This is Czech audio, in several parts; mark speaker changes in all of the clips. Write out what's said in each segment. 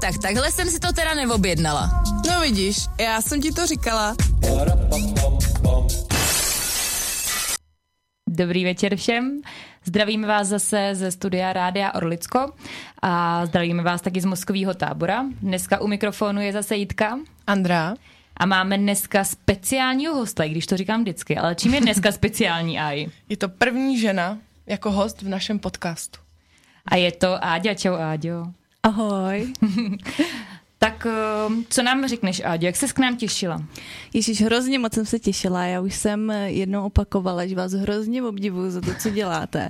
Speaker 1: tak takhle jsem si to teda neobjednala.
Speaker 2: No vidíš, já jsem ti to říkala.
Speaker 3: Dobrý večer všem. Zdravíme vás zase ze studia Rádia Orlicko a zdravíme vás taky z mozkového tábora. Dneska u mikrofonu je zase Jitka
Speaker 2: Andrá,
Speaker 3: a máme dneska speciálního hosta, i když to říkám vždycky, ale čím je dneska speciální aj?
Speaker 2: je to první žena jako host v našem podcastu.
Speaker 3: A je to Áďa, čau Áďo.
Speaker 4: Ahoj.
Speaker 3: Tak ehm, co nám řekneš, Áďo, jak ses k nám těšila?
Speaker 4: Ježíš, hrozně moc jsem se těšila. Já už jsem eh, jednou opakovala, že vás hrozně obdivuju za to, co děláte.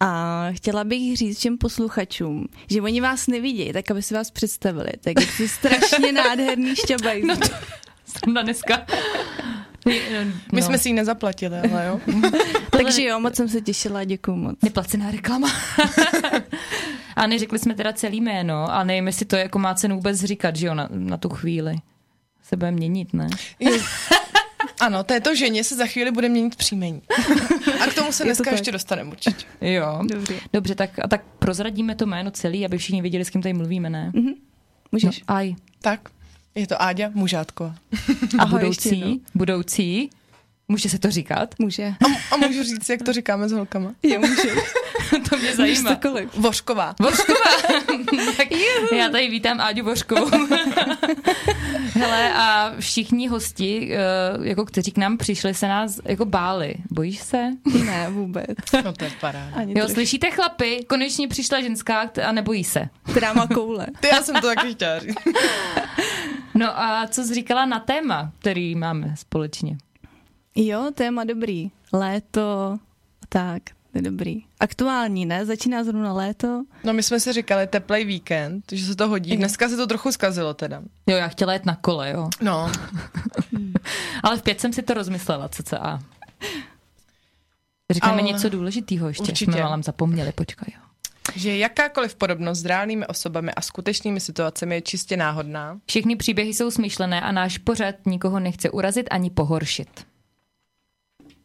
Speaker 4: A chtěla bych říct všem posluchačům, že oni vás nevidějí, tak aby si vás představili. Tak je to strašně nádherný šťabajzl. No to...
Speaker 3: Jsem na dneska. eh,
Speaker 2: My no. jsme si ji nezaplatili, ale jo.
Speaker 4: Takže jo, moc jsem se těšila, děkuju moc.
Speaker 3: Neplacená reklama. a neřekli jsme teda celý jméno a nevím, jestli to jako má cenu vůbec říkat, že jo, na, na tu chvíli. Se bude měnit, ne?
Speaker 2: Jo. Ano, této ženě se za chvíli bude měnit příjmení. A k tomu se dneska
Speaker 4: tak.
Speaker 2: ještě dostaneme určitě.
Speaker 3: Jo.
Speaker 4: Dobře.
Speaker 3: Dobře, tak, a tak prozradíme to jméno celý, aby všichni věděli, s kým tady mluvíme, ne? No,
Speaker 4: Můžeš?
Speaker 3: aj.
Speaker 2: Tak, je to Áďa Mužátková.
Speaker 3: A
Speaker 4: Ahoj, ještě jednou.
Speaker 3: budoucí, budoucí, může se to říkat?
Speaker 4: No. Může.
Speaker 2: A, m- a můžu říct, jak to říkáme s holkama?
Speaker 4: Jo, může.
Speaker 3: to mě
Speaker 4: Můžeš
Speaker 3: zajímá.
Speaker 4: cokoliv.
Speaker 2: Vošková.
Speaker 3: tak já tady vítám Áďu Božkovou. Hele, a všichni hosti, eh, jako kteří k nám přišli, se nás jako báli. Bojíš se?
Speaker 4: Ne, vůbec.
Speaker 2: No to je paráda.
Speaker 4: Ani
Speaker 3: Jo,
Speaker 4: trošku.
Speaker 3: slyšíte chlapy, konečně přišla ženská kt- a nebojí se.
Speaker 4: která má koule.
Speaker 2: Ty, já jsem to taky chtěla říct.
Speaker 3: No a co jsi říkala na téma, který máme společně?
Speaker 4: Jo, téma dobrý. Léto, tak, to je dobrý. Aktuální, ne? Začíná zrovna léto.
Speaker 2: No my jsme si říkali teplej víkend, že se to hodí. Dneska se to trochu zkazilo teda.
Speaker 3: Jo, já chtěla jet na kole, jo.
Speaker 2: No,
Speaker 3: Ale v pět jsem si to rozmyslela, cca. Říkáme
Speaker 2: Ale-
Speaker 3: něco důležitého ještě.
Speaker 2: Určitě.
Speaker 3: Jsme vám zapomněli, počkej. Jo.
Speaker 2: že jakákoliv podobnost s reálnými osobami a skutečnými situacemi je čistě náhodná.
Speaker 3: Všechny příběhy jsou smyšlené a náš pořad nikoho nechce urazit ani pohoršit.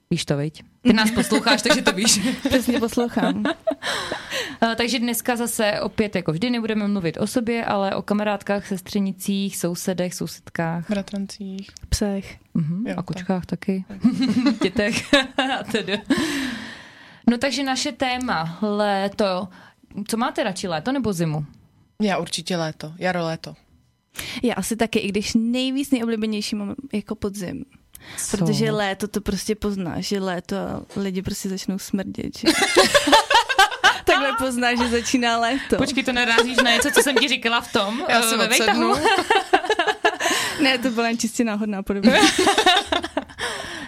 Speaker 3: Víš to, viď? Ty nás posloucháš, takže to víš.
Speaker 4: Přesně poslouchám.
Speaker 3: Eh, Takže dneska zase opět, jako vždy, nebudeme mluvit o sobě, ale o kamarádkách, sestřenicích, sousedech, sousedkách
Speaker 2: Bratrancích.
Speaker 4: Psech.
Speaker 3: mhm,
Speaker 2: Jo,
Speaker 3: a
Speaker 2: tak.
Speaker 3: kočkách taky. Dětech a tedy. No takže naše téma, léto. Co máte radši, léto nebo zimu?
Speaker 2: Já určitě léto, jaro léto.
Speaker 4: Já asi taky, i když nejvíc nejoblíbenější mám jako podzim.
Speaker 3: Co?
Speaker 4: Protože léto to prostě poznáš, že léto a lidi prostě začnou smrdět. Že? Takhle poznáš, že začíná léto.
Speaker 3: Počkej, to narazíš na něco, co jsem ti říkala v tom.
Speaker 2: Já
Speaker 3: eh,
Speaker 2: se
Speaker 3: ve
Speaker 2: odsednu.
Speaker 3: vejtahu.
Speaker 4: Ne, to byla jen čistě náhodná podoba.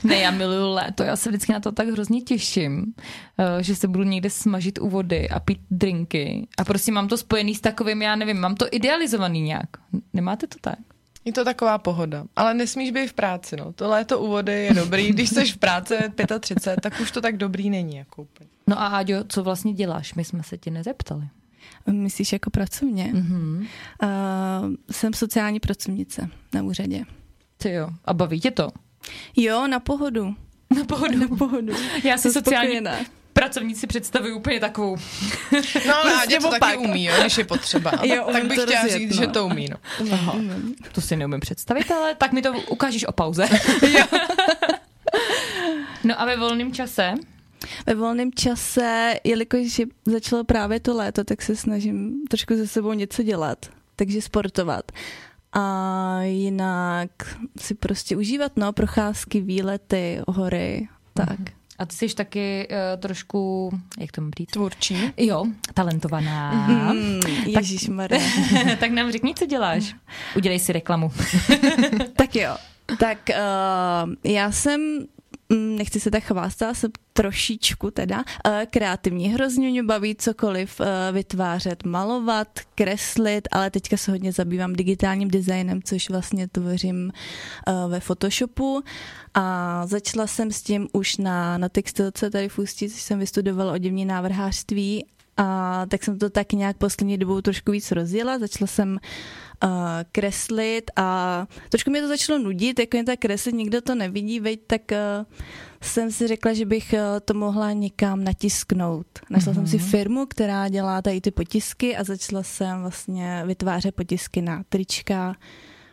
Speaker 3: Ne, já miluju léto, já se vždycky na to tak hrozně těším, eh, že se budu někde smažit u vody a pít drinky. A prostě mám to spojený s takovým, já nevím, mám to idealizovaný nějak. Nemáte to tak?
Speaker 2: Je to taková pohoda, ale nesmíš být v práci, no. To léto u vody je dobrý, když jsi v práci 35, tak už to tak dobrý není, jako úplně.
Speaker 3: No a Áďo, co vlastně děláš? My jsme se tě nezeptali.
Speaker 4: Myslíš jako pracovně?
Speaker 3: Mhm.
Speaker 4: Uh, jsem sociální pracovnice na úřadě.
Speaker 3: Ty jo. A baví tě to?
Speaker 4: Jo, na pohodu.
Speaker 3: Na pohodu.
Speaker 4: Na pohodu.
Speaker 3: Já si
Speaker 4: No, Jsem
Speaker 3: sociální
Speaker 4: spokojená.
Speaker 3: pracovníci představuji úplně takovou.
Speaker 2: No ale Adě to taky
Speaker 4: opak.
Speaker 2: umí, jo, když je potřeba.
Speaker 4: Jo,
Speaker 2: tak
Speaker 4: umím
Speaker 2: bych
Speaker 4: to
Speaker 2: chtěla
Speaker 4: rozjet,
Speaker 2: říct,
Speaker 4: no.
Speaker 2: že to umí, no.
Speaker 4: Aha. Umím.
Speaker 3: To si neumím představit, ale tak mi to ukážeš o pauze. no a ve volném čase?
Speaker 4: Ve volném čase, jelikož je- začalo právě to léto, tak se snažím trošku ze sebou něco dělat, takže sportovat. A jinak si prostě užívat, no, procházky, výlety, hory, tak.
Speaker 3: A ty jsi taky uh, trošku, jak to mám říct?
Speaker 2: Tvůrčí.
Speaker 3: Jo, talentovaná.
Speaker 4: Mm, Ježišmarja.
Speaker 3: Mhm. tak nám řekni, co děláš. Udělej si reklamu.
Speaker 4: Tak jo. Tak uh, já jsem, mm, nechci se tak chvástat, jsem trošičku teda uh, kreativní. Hrozně mě baví cokoliv uh, vytvářet, malovat, kreslit, ale teďka se hodně zabývám digitálním designem, což vlastně tvořím uh, ve Photoshopu. A začala jsem s tím už na, na textilce tady v Ústí, což jsem vystudovala oděvní návrhářství A tak jsem to tak nějak poslední dobou trošku víc rozjela. Začala jsem uh, kreslit a trošku mě to začalo nudit, jako mě tak kreslit, nikdo to nevidí, veď, tak uh, jsem si řekla, že bych uh, to mohla někam natisknout. Našla mm-hmm. jsem si
Speaker 3: Mhm.
Speaker 4: firmu, která dělá tady ty potisky a začala jsem vlastně vytvářet potisky na trička,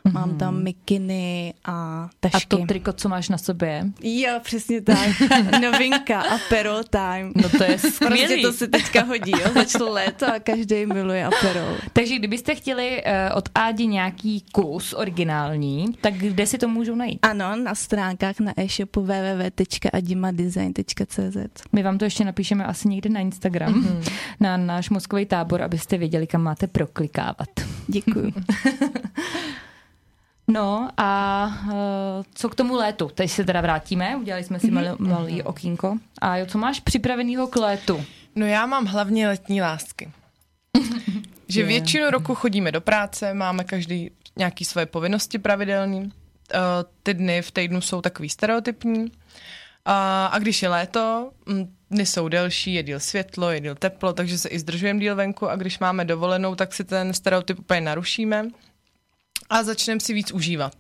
Speaker 4: mm-hmm. mám tam mikiny a
Speaker 3: Mhm. A
Speaker 4: tašky.
Speaker 3: to triko, co máš na sobě,
Speaker 4: Jo, přesně tak. Novinka a Aperol Time.
Speaker 3: no to je
Speaker 4: Prostě
Speaker 3: skvělý.
Speaker 4: to se teďka hodí, jo? začalo léto a každý miluje Aperol.
Speaker 3: Takže kdybyste chtěli uh, od Ádi nějaký kus originální, tak kde si to můžou najít?
Speaker 4: Ano, na stránkách na e-shopu www.adimadesign.cz
Speaker 3: My vám to ještě napíšeme asi někde na Instagram, mm-hmm. na náš mozkový tábor, abyste věděli, kam máte proklikávat.
Speaker 4: Děkuju.
Speaker 3: No a uh, co k tomu létu? Teď se teda vrátíme, udělali jsme si malý, malý okýnko. A jo, co máš připravenýho k létu?
Speaker 2: No já mám hlavně letní lásky. že většinu roku chodíme do práce, máme každý nějaký svoje povinnosti pravidelný. Uh, Ty dny v týdnu jsou takový stereotypní. Uh, A když je léto, mm, dny jsou delší, je díl světlo, je díl teplo, takže se i zdržujeme díl venku a když máme dovolenou, tak si ten stereotyp úplně narušíme a začneme si víc užívat.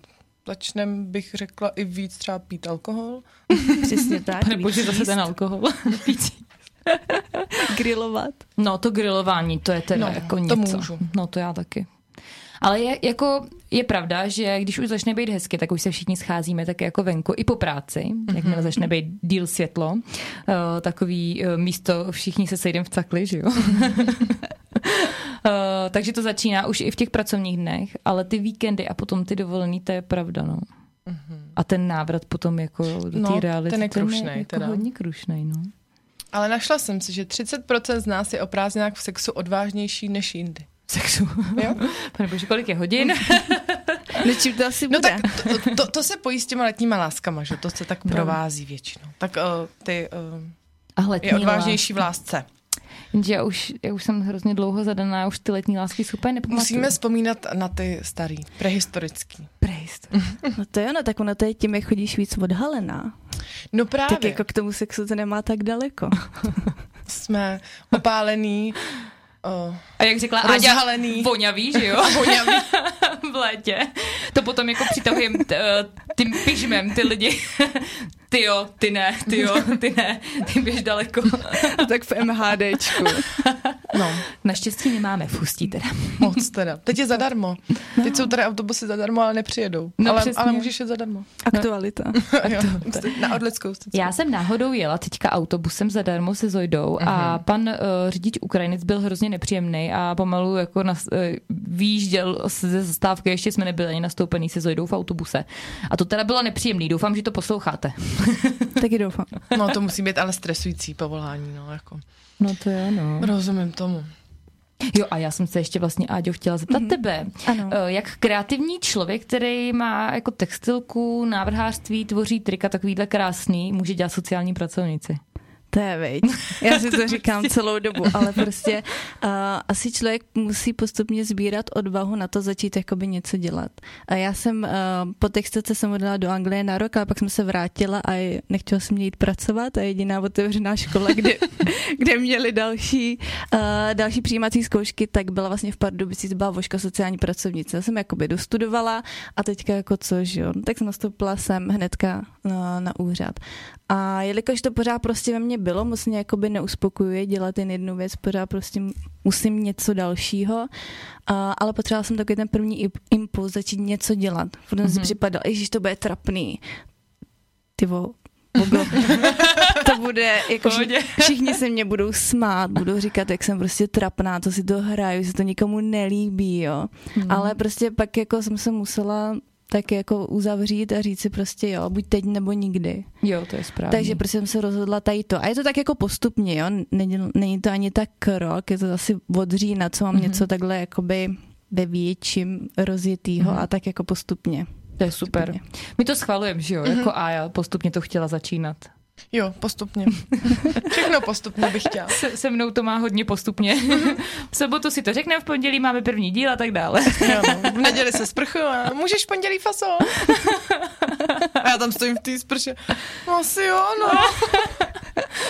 Speaker 2: Začneme, bych řekla, i víc třeba pít alkohol.
Speaker 4: Přesně tak.
Speaker 3: Pane bože, zase ten alkohol.
Speaker 4: Grilovat.
Speaker 3: No to grilování, to je teda
Speaker 2: No,
Speaker 3: no, jako
Speaker 2: to
Speaker 3: něco.
Speaker 2: můžu.
Speaker 3: No to já taky. Ale je, jako, je pravda, že když už začne být hezky, tak už se všichni scházíme tak jako venku i po práci,
Speaker 2: Mhm.
Speaker 3: mm-hmm. jakmile začne být díl světlo, uh, takový uh, místo, všichni se sejdeme v cakli, že jo? Uh, takže to začíná už i v těch pracovních dnech, ale ty víkendy a potom ty dovolený, to je pravda, no. A ten návrat potom jako do
Speaker 2: Mhm. No,
Speaker 3: té reality.
Speaker 2: ten je
Speaker 3: ten
Speaker 2: krušnej
Speaker 3: jako
Speaker 2: teda.
Speaker 3: hodně krušnej, no.
Speaker 2: Ale našla jsem si, že 30% z nás je o prázdninách v sexu odvážnější než jindy.
Speaker 3: Sexu.
Speaker 2: Jo?
Speaker 3: Pane bože, kolik je hodin?
Speaker 4: No čím to asi
Speaker 2: No
Speaker 4: bude?
Speaker 2: tak to, to, to se pojí s těma letníma láskama, že to se tak provází většinou. Tak uh, ty uh,
Speaker 3: A letní
Speaker 2: je odvážnější v lásce.
Speaker 3: lásky. Jenže já už, já už jsem hrozně dlouho zadaná, já už ty letní lásky si úplně nepamatuju.
Speaker 2: Musíme vzpomínat na ty starý, prehistorický.
Speaker 3: prejst.
Speaker 4: No to jo, no tak ono to je tím, jak chodíš víc odhalená.
Speaker 2: No právě,
Speaker 4: Tak jako k tomu sexu to nemá tak daleko.
Speaker 2: jsme opálený, uh,
Speaker 3: A jak řekla Aďa,
Speaker 2: rozhalený,
Speaker 3: voňavý, že jo?
Speaker 2: voňavý.
Speaker 3: v létě. To potom jako přitahujem t, tím pyžmem ty lidi. Ty jo, ty ne, ty jo, ty ne, ty běž daleko.
Speaker 4: tak v MHDčku.
Speaker 2: No,
Speaker 3: Naštěstí nemáme v ústí teda.
Speaker 2: moc teda. Teď je zadarmo. Teď jsou tady autobusy zadarmo, ale nepřijedou.
Speaker 3: No
Speaker 2: ale,
Speaker 3: přesně.
Speaker 2: ale můžeš je zadarmo.
Speaker 4: Aktualita.
Speaker 2: Jo, na Orlickou stezku.
Speaker 3: Já jsem náhodou jela teďka autobusem zadarmo se Zojdou a pan uh, řidič Ukrajinec byl hrozně nepříjemný a pomalu jako nas, uh, výjížděl z- ze zastávky, ještě jsme nebyli ani nastoupený se Zojdou v autobuse. A to teda bylo nepříjemný, doufám, že to posloucháte.
Speaker 4: Taky doufám.
Speaker 2: No to musí být ale stresující povolání, no jako.
Speaker 3: No to je no.
Speaker 2: Rozumím tomu.
Speaker 3: Jo a já jsem se ještě vlastně, Áďo, chtěla zeptat mm-hmm. tebe,
Speaker 4: Ano.
Speaker 3: Eh, jak kreativní člověk, který má jako textilku, návrhářství, tvoří trika takovýhle krásný, může dělat sociální pracovnici.
Speaker 4: To je, veď. Já si to říkám celou dobu, ale prostě uh, asi člověk musí postupně sbírat odvahu na to začít jakoby něco dělat. A já jsem uh, po textace jsem odjela do Anglie na rok, ale pak jsem se vrátila a je- nechtěla jsem mě jít pracovat a jediná otevřená škola, kde, kde měli další, uh, další přijímací zkoušky, tak byla vlastně v Pardubicích, byla voška sociální pracovnice. Já jsem jakoby dostudovala a teďka jako co, že jo. No, tak jsem nastoupila jsem hnedka na, na úřad. A jelikož to pořád prostě ve mně bylo, moc mě jakoby neuspokojuje dělat jen jednu věc, pořád prostě m- musím něco dalšího, a, ale potřebovala jsem takový ten první i- impuls začít něco dělat. Potom mm-hmm. si připadal, ježiš, to bude trapný. Ty vo, Google. to bude, jako všichni, všichni se mě budou smát, budou říkat, jak jsem prostě trapná, co si to hraju, že se to nikomu nelíbí, jo. Mm. Ale prostě pak jako jsem se musela tak jako uzavřít a říct si prostě jo, buď teď nebo nikdy.
Speaker 3: Jo, to je správně.
Speaker 4: Takže prostě jsem se rozhodla tady to. A je to tak jako postupně, jo? Není, není to ani tak rok, je to asi od října, co mám mm-hmm. něco takhle jakoby ve větším rozjetýho mm-hmm. a tak jako postupně.
Speaker 3: to je super. My to schvalujeme, že jo, jako Aja postupně to chtěla začínat.
Speaker 2: Jo, postupně. Všechno postupně bych chtěla.
Speaker 3: Se, se mnou to má hodně postupně. v sobotu si to řekneme, v pondělí máme první díl a tak dále.
Speaker 2: Jo, no. V neděli se sprchuju a můžeš v pondělí faso. A já tam stojím v té sprše. No asi jo, no.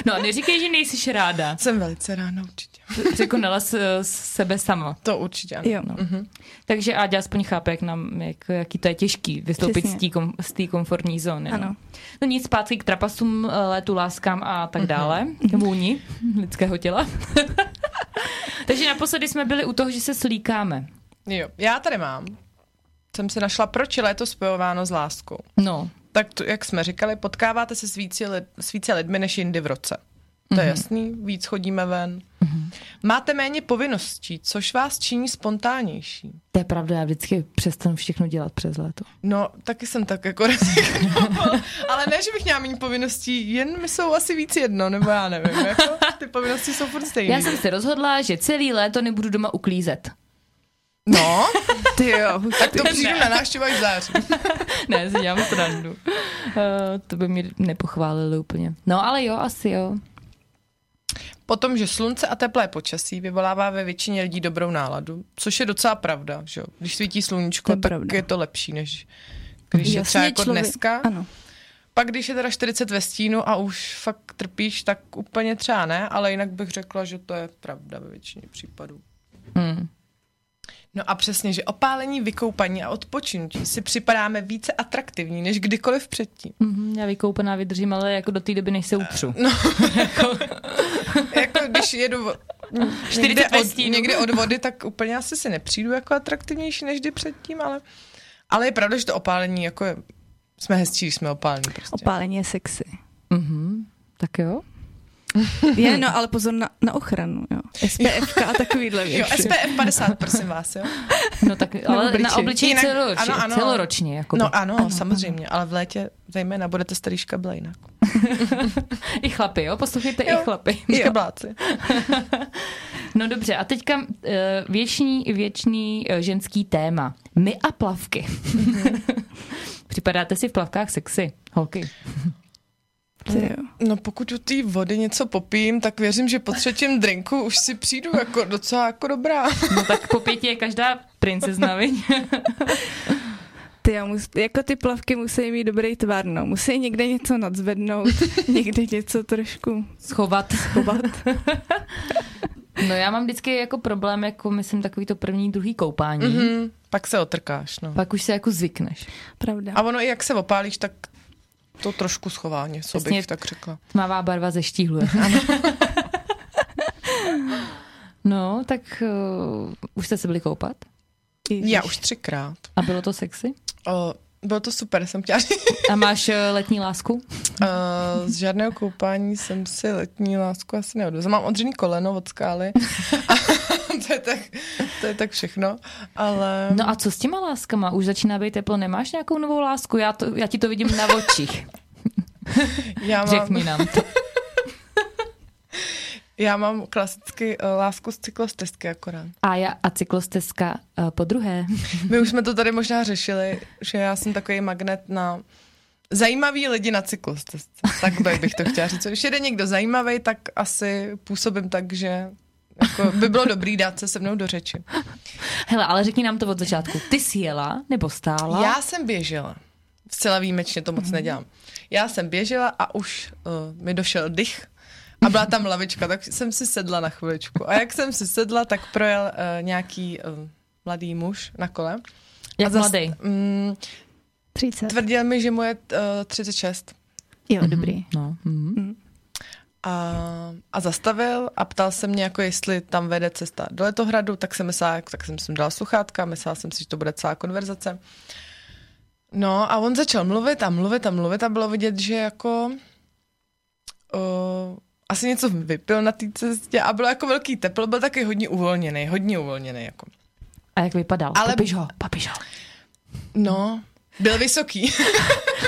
Speaker 3: No a neříkej, že nejsi ráda.
Speaker 2: Jsem velice ráda určitě.
Speaker 3: překonala s, s sebe sama.
Speaker 2: To určitě. ano.
Speaker 4: Jo.
Speaker 3: No. Takže Áďa aspoň chápe, jak nám, jak, jaký to je těžký vystoupit z
Speaker 4: Přesně.
Speaker 3: té kom, z té komfortní zóny. No.
Speaker 4: Ano.
Speaker 3: no nic, zpátky k trapasům, eh, létu, láskám a tak dále. Vůni lidského těla. Takže naposledy jsme byli u toho, že se slíkáme.
Speaker 2: Jo. Já tady mám. Jsem si našla, proč je léto spojováno s láskou.
Speaker 3: No,
Speaker 2: Tak to, jak jsme říkali, potkáváte se s více, lid, s více lidmi než jindy v roce. To
Speaker 3: Mhm.
Speaker 2: je jasný, víc chodíme ven. Máte méně povinností, což vás činí spontánnější.
Speaker 3: to je pravda, já vždycky přestanu všechno dělat přes léto.
Speaker 2: No, taky jsem tak jako rezignovala, ale ne, že bych měla méně povinností, jen mi jsou asi víc jedno, nebo já nevím, jako ty povinnosti jsou furt stejné.
Speaker 3: Já jsem se rozhodla, že celý léto nebudu doma uklízet.
Speaker 2: No,
Speaker 4: Ty jo,
Speaker 2: tak to přijdu na návštěvu až v září.
Speaker 3: ne, si dělám srandu. Uh, to by mě nepochválili úplně. No ale jo, asi jo.
Speaker 2: Potom, že slunce a teplé počasí vyvolává ve většině lidí dobrou náladu, což je docela pravda, že jo. Když svítí sluníčko,
Speaker 4: To je
Speaker 2: tak
Speaker 4: pravda.
Speaker 2: je to lepší, než když je
Speaker 4: Jasně,
Speaker 2: třeba jako
Speaker 4: člověk-
Speaker 2: dneska.
Speaker 4: Ano.
Speaker 2: Pak, když je teda 40 ve stínu a už fakt trpíš, tak úplně třeba ne, ale jinak bych řekla, že to je pravda ve většině případů.
Speaker 3: Hmm.
Speaker 2: No a přesně, že opálení, vykoupaní a odpočinutí si připadáme více atraktivní než kdykoliv předtím.
Speaker 3: Mhm, Já vykoupená vydržím, ale jako do té doby, než se utřu. No.
Speaker 2: jako když jedu v- někde
Speaker 3: 40 ve
Speaker 2: od,
Speaker 3: stínu.
Speaker 2: někde od vody, tak úplně asi si nepřijdu jako atraktivnější než kdy předtím, ale, ale je pravda, že to opálení jako je, jsme hezčí, když jsme opálení prostě.
Speaker 4: Opálení je sexy.
Speaker 3: Mhm. Tak jo.
Speaker 4: Je, no, ale pozor na, na ochranu, jo. SPF a takovýhle
Speaker 2: jo,
Speaker 4: věci.
Speaker 2: SPF 50, prosím vás, jo.
Speaker 3: No tak, ale
Speaker 4: obličej.
Speaker 3: na obličeji
Speaker 2: Jinak-
Speaker 3: celoročně.
Speaker 2: ano, ano.
Speaker 3: celoročně jako jakoby.
Speaker 2: No ano, ano samozřejmě, ale v létě zejména budete starý škabla jinak.
Speaker 3: I chlapy, jo? Poslouchejte
Speaker 2: Jo.
Speaker 3: i chlapy.
Speaker 2: Škabláci.
Speaker 3: No dobře, a teďka uh, věčný, věčný eh, ženský téma. My a plavky. Připadáte si v plavkách sexy, holky.
Speaker 4: Ty jo.
Speaker 2: No pokud u té vody něco popijím, tak věřím, že po třetím drinku už si přijdu jako docela jako dobrá.
Speaker 3: No tak po pěti je každá princezna, viď?
Speaker 4: Ty jo, mus, jako ty plavky musí mít dobrý tvar, no. Musí někde něco nadzvednout, někde něco trošku
Speaker 3: Schovat.
Speaker 4: chovat.
Speaker 3: No já mám vždycky jako problém, jako myslím, takový to první, druhý koupání. Mm-hmm.
Speaker 2: Mm, pak se otrkáš, no.
Speaker 3: Pak už se jako zvykneš.
Speaker 4: Pravda.
Speaker 2: A ono i jak se opálíš, tak to trošku schová něco,
Speaker 3: Přesně.
Speaker 2: bych tak řekla.
Speaker 3: Tmavá barva zeštíhluje. no, tak uh, už jste se byli koupat?
Speaker 4: Ježiš.
Speaker 2: Já už třikrát.
Speaker 3: A bylo to sexy?
Speaker 2: O, bylo to super, jsem chtěla říct.
Speaker 3: A máš eh, letní lásku?
Speaker 2: O, z žádného koupání jsem si letní lásku asi neodvezla. Mám odřený koleno od skály. to, je tak, to je tak všechno. Ale...
Speaker 3: No a co s těma láskama? Už začíná být teplo, nemáš nějakou novou lásku? Já, to, já ti to vidím na očích.
Speaker 2: já mám,
Speaker 3: Řekni nám to.
Speaker 2: já mám klasicky eh, lásku z cyklostezky akorát.
Speaker 3: A já a cyklostezka eh, po druhé.
Speaker 2: My už jsme to tady možná řešili, že já jsem takový magnet na zajímavý lidi na cyklostezce. Takhle bych to chtěla říct. Když jede někdo zajímavý, tak asi působím tak, že jako by bylo dobrý dát se se mnou do řeči.
Speaker 3: Hele, ale řekni nám to od začátku. Ty jsi jela nebo stála?
Speaker 2: Já jsem běžela. Zcela výjimečně to moc nedělám. Já jsem běžela a už uh, mi došel dych a byla tam lavička, tak jsem si sedla na chviličku. A jak jsem si sedla, tak projel uh, nějaký uh, mladý muž na kole.
Speaker 3: Jak
Speaker 2: a zas-
Speaker 3: mladý?
Speaker 2: Mm,
Speaker 4: 30.
Speaker 2: tvrdil mi, že mu je uh, 36.
Speaker 4: Jo, dobrý.
Speaker 3: No. Mm.
Speaker 2: a, a zastavil a ptal se mě, jako jestli tam vede cesta do Letohradu, tak jsem myslela, tak jsem si dala sluchátka, myslela jsem si, že to bude celá konverzace. No a on začal mluvit a mluvit a mluvit a bylo vidět, že jako uh, asi něco vypil na té cestě a bylo jako velký teplo, byl taky hodně uvolněný, hodně uvolněný jako.
Speaker 3: A jak vypadal?
Speaker 2: Ale-
Speaker 3: Ale... Papiš ho, papiš ho.
Speaker 2: No, byl vysoký.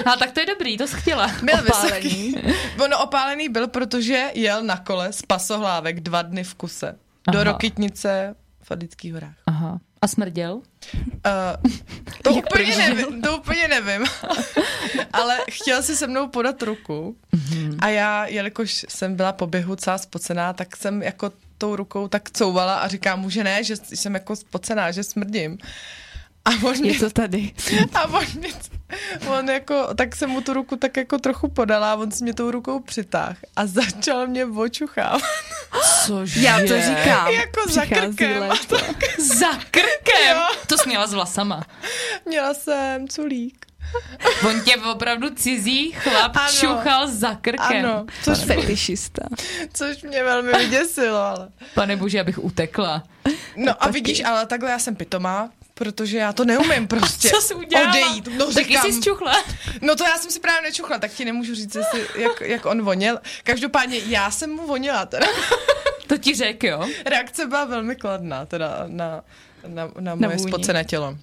Speaker 3: A tak to je dobrý, to jsi chtěla.
Speaker 2: Byl
Speaker 4: Opálený.
Speaker 2: vysoký. On opálený byl, protože jel na kole z pasohlávek dva dny v kuse. Do
Speaker 3: Aha.
Speaker 2: Rokytnice v Adických horách.
Speaker 3: Aha. A smrděl?
Speaker 2: Uh, to,
Speaker 4: Jak
Speaker 2: úplně
Speaker 4: prožil?
Speaker 2: nevím, to úplně nevím, ale chtěl si se mnou podat ruku
Speaker 4: Mhm.
Speaker 2: a já, jelikož jsem byla po běhu celá spocená, tak jsem jako tou rukou tak couvala a říkám mu, že ne, že jsem jako spocená, že smrdím. A on mě,
Speaker 4: Je to tady.
Speaker 2: a on, mě, on jako, tak jsem mu tu ruku tak jako trochu podala a on si mě tou rukou přitáhl a začal mě očuchávat.
Speaker 3: Cože?
Speaker 4: Já to říkám.
Speaker 2: Jako za
Speaker 4: Přichází
Speaker 2: krkem.
Speaker 4: léto.
Speaker 2: A tak
Speaker 3: Za krkem!
Speaker 2: Jo.
Speaker 3: To směla s vlasama.
Speaker 2: měla jsem culík.
Speaker 3: On tě opravdu cizí chlap
Speaker 2: Ano.
Speaker 3: čuchal za krkem.
Speaker 2: Ano, což,
Speaker 4: Což fetišista.
Speaker 2: což mě velmi vyděsilo, ale.
Speaker 3: Pane bože, abych utekla.
Speaker 2: No a vidíš, ale takhle já jsem pitomá, protože já to neumím prostě.
Speaker 3: Co jsi udělala?
Speaker 2: Odejít. No,
Speaker 3: Taky
Speaker 2: říkám,
Speaker 3: jsi zčuchla.
Speaker 2: No to já jsem si právě nečuchla, tak ti nemůžu říct, jestli, jak, jak on voněl. Každopádně já jsem mu vonila, teda.
Speaker 3: To ti řek, jo?
Speaker 2: Reakce byla velmi kladná, teda na, na, na
Speaker 4: Na
Speaker 2: moje na
Speaker 4: vůni.
Speaker 2: spocené tělo.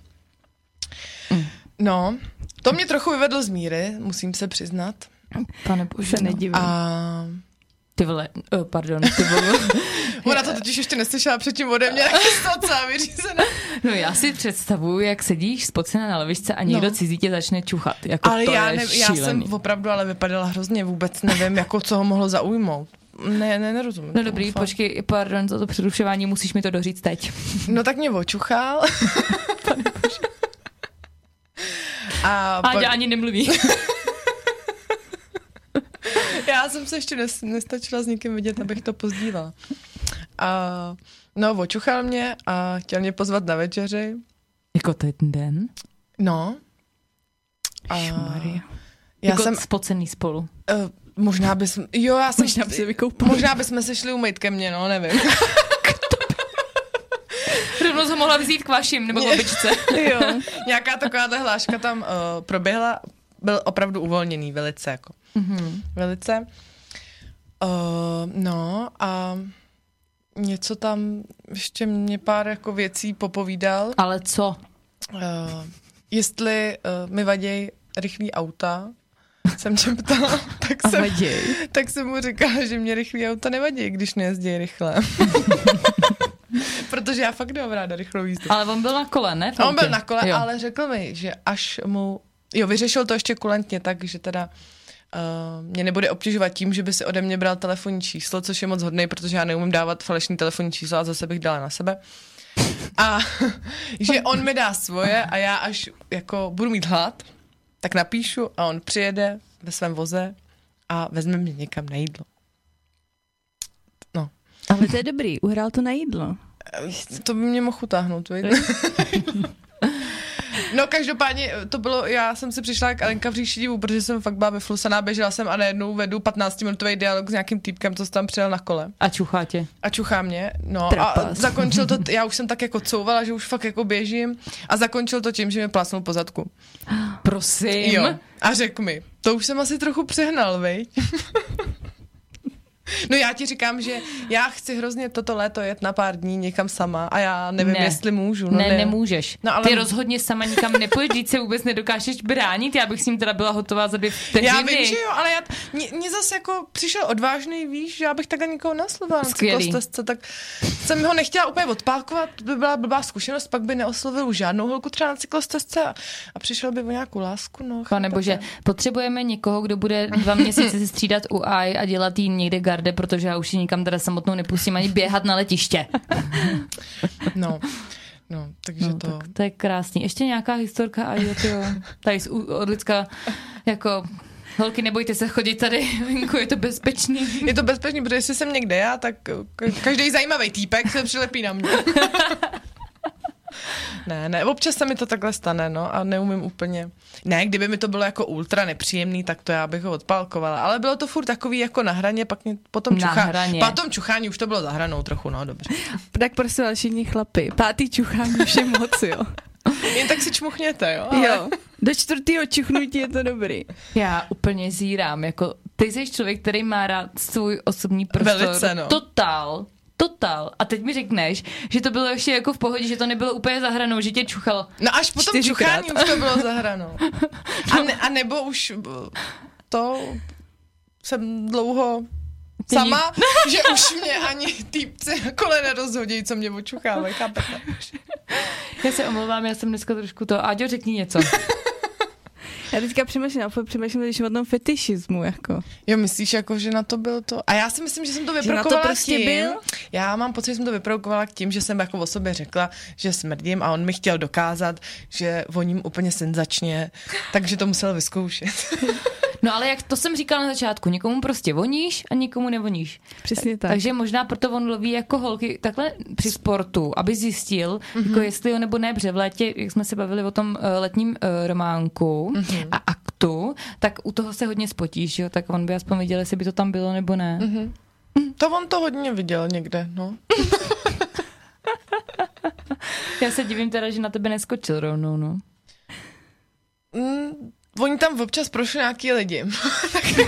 Speaker 3: Mm.
Speaker 2: No, to mě trochu vyvedlo z míry, musím se přiznat.
Speaker 3: Pane bože, no.
Speaker 4: Se nedivím.
Speaker 2: A
Speaker 3: Mm. Ty vole, eh, pardon, ty vole.
Speaker 2: ona to totiž ještě neslyšela předtím ode mě, tak je to docela vyřízené.
Speaker 3: No já si představuju, jak sedíš spocená na lavičce a někdo
Speaker 2: No.
Speaker 3: cizí tě začne čuchat. Jako
Speaker 2: Ale
Speaker 3: to
Speaker 2: já,
Speaker 3: je
Speaker 2: ne, já
Speaker 3: šílený.
Speaker 2: jsem opravdu ale vypadala hrozně, vůbec nevím, jako co ho mohlo zaujmout. Ne, ne, nerozumím.
Speaker 3: No
Speaker 2: tomu,
Speaker 3: dobrý,
Speaker 2: fakt.
Speaker 3: počkej, pardon za to přerušování, musíš mi to doříct teď.
Speaker 2: No tak mě očuchal. A pak,
Speaker 3: Áďa ani nemluví.
Speaker 2: já jsem se ještě nes, nestačila s nikým vidět, abych to pozdívala. A, no, očuchal mě a chtěl mě pozvat na večeři.
Speaker 3: jako ten den?
Speaker 2: No. A
Speaker 4: Maria.
Speaker 2: já
Speaker 3: jako
Speaker 2: jsem,
Speaker 3: spocený spolu.
Speaker 2: uh, možná bys, jo, já jsem,
Speaker 4: Možná by se vykoupal.
Speaker 2: možná bysme se šli umýt ke mně, no, nevím.
Speaker 3: Rovnou ho mohla vzít k vašim, nebo k
Speaker 2: Ne.
Speaker 3: opičce.
Speaker 4: Jo.
Speaker 2: Nějaká takováhle hláška tam uh, proběhla, byl opravdu uvolněný, velice jako.
Speaker 3: Mhm.
Speaker 2: velice. Uh, no a něco tam, ještě mě pár jako věcí popovídal.
Speaker 3: Ale co?
Speaker 2: Uh, jestli uh, mi vaděj rychlí auta, jsem tě ptala, tak jsem,
Speaker 4: vaděj.
Speaker 2: tak jsem mu říkala, že mě rychlí auta nevadí, když nejezdí rychle. Protože já fakt nemám ráda rychlou jízdu.
Speaker 3: Ale on byl na kole, ne? v
Speaker 2: A on byl
Speaker 3: autě?
Speaker 2: na kole,
Speaker 3: Jo.
Speaker 2: ale řekl mi, že až mu... Jo, vyřešil to ještě kulantně tak, že teda uh, mě nebude obtěžovat tím, že by si ode mě bral telefonní číslo, což je moc hodný, protože já neumím dávat falešný telefonní číslo a zase bych dala na sebe. A že on mi dá svoje a já až jako budu mít hlad, tak napíšu a on přijede ve svém voze a vezme mě někam na jídlo.
Speaker 4: Ale to je dobrý, uhrál to na jídlo.
Speaker 2: To by mě mohl utáhnout, viď? No každopádně to bylo, já jsem si přišla jak Alenka v říši divu, protože jsem fakt byla vyflusaná, běžela jsem a najednou vedu 15-minutový dialog s nějakým týpkem, co se tam přijel na kole
Speaker 3: A čuchá tě.
Speaker 2: a čuchá mě. No a
Speaker 4: Trapas.
Speaker 2: zakončil to, t- já už jsem tak jako couvala, že už fakt jako běžím a zakončil to tím, že mě plásnul po zadku.
Speaker 3: Prosím.
Speaker 2: Jo. A řekl mi, to už jsem asi trochu přehnal, vej. No já ti říkám, že já chci hrozně toto léto jet na pár dní někam sama a já nevím,
Speaker 3: Ne.
Speaker 2: ne. jestli můžu. No
Speaker 3: Ne, nemůžeš.
Speaker 2: No,
Speaker 3: No,
Speaker 2: ale-
Speaker 3: ale... Ty rozhodně sama nikam nepojedeš, když se vůbec nedokážeš bránit. Já bych s ním teda byla hotová za dvě vteřiny.
Speaker 2: Já vím, že jo, ale já, mě, mě zase jako přišel odvážný, víš, že já bych takhle nikoho naslovala na
Speaker 3: Skvělý.
Speaker 2: cyklostezce, tak jsem ho nechtěla úplně odpálkovat, to by byla blbá zkušenost, pak by neoslovil už žádnou holku třeba na cyklostezce a, a přišel by o nějakou lásku, no.
Speaker 3: Pane
Speaker 2: chápete?
Speaker 3: bože, Jako, potřebujeme někoho, kdo bude dva měsíce se střídat u AI a dělat jí někde garde, protože já už ji nikam teda samotnou nepustím ani běhat na letiště.
Speaker 2: No, no, takže
Speaker 3: No,
Speaker 2: to...
Speaker 3: tak to je krásný. Ještě nějaká historka a jo, tyjo. Tady z U- od Lidska, jako... Holky, nebojte se chodit tady venku, je to bezpečný.
Speaker 2: Je to bezpečný, protože jestli jsem někde já, tak ka- každý zajímavý týpek se přilepí na mě. Ne, ne, občas se mi to takhle stane, no, a neumím úplně. Ne, kdyby mi to bylo jako ultra nepříjemný, tak to já bych ho odpálkovala, ale bylo to furt takový jako na hraně, pak mě potom
Speaker 3: Na
Speaker 2: čuchá,
Speaker 3: hraně.
Speaker 2: potom čuchání už to bylo za hranou trochu, no, dobře.
Speaker 4: Tak prosím vás všichni chlapy, pátý čuchání už je moc, jo.
Speaker 2: Jen tak si čmuchněte, jo. ale-
Speaker 4: jo. Do čtvrtého čuchnutí je to dobrý.
Speaker 3: Já úplně zírám, jako ty jsi člověk, který má rád svůj osobní prostor.
Speaker 2: Velice, no.
Speaker 3: Total, total. A teď mi řekneš, že to bylo ještě jako v pohodě, že to nebylo úplně za hranou, že tě čuchal.
Speaker 2: No až potom
Speaker 4: Čtyřikrát.
Speaker 2: čuchání už to bylo za hranou. A, ne, a nebo už b- to jsem dlouho
Speaker 3: Ty
Speaker 2: sama, že už mě ani týpci na kole nerozhodí, co mě očuchávají, chápete?
Speaker 3: Já se omlouvám, já jsem dneska trošku to. Aďo, řekni něco.
Speaker 4: Já teďka přemýšlím, já furt přemýšlím když o tom fetišismu, jako.
Speaker 2: Jo, myslíš, jako, že na to byl to? A já si myslím, že jsem to
Speaker 4: na to
Speaker 2: vyprovokovala
Speaker 4: prostě
Speaker 2: tím.
Speaker 4: byl?
Speaker 2: Já mám pocit, že jsem to vyprovokovala k tím, že jsem jako o sobě řekla, že smrdím a on mi chtěl dokázat, že voním úplně senzačně, takže to musel vyzkoušet.
Speaker 3: No ale jak to jsem říkala na začátku, někomu prostě voníš a někomu nevoníš.
Speaker 4: Přesně tak.
Speaker 3: Takže možná proto on loví jako holky takhle při sportu, aby zjistil, mm-hmm. jako jestli jo nebo ne, protože v létě, jak jsme se bavili o tom eh, letním eh, románku mm-hmm. a aktu, tak u toho se hodně spotíš, jo, tak on by aspoň viděl, jestli by to tam bylo nebo ne. Mm-hmm.
Speaker 2: To on to hodně viděl někde, no.
Speaker 3: Já se divím teda, že na tebe neskočil rovnou, no.
Speaker 2: Mm, oni tam občas prošli nějaký lidi.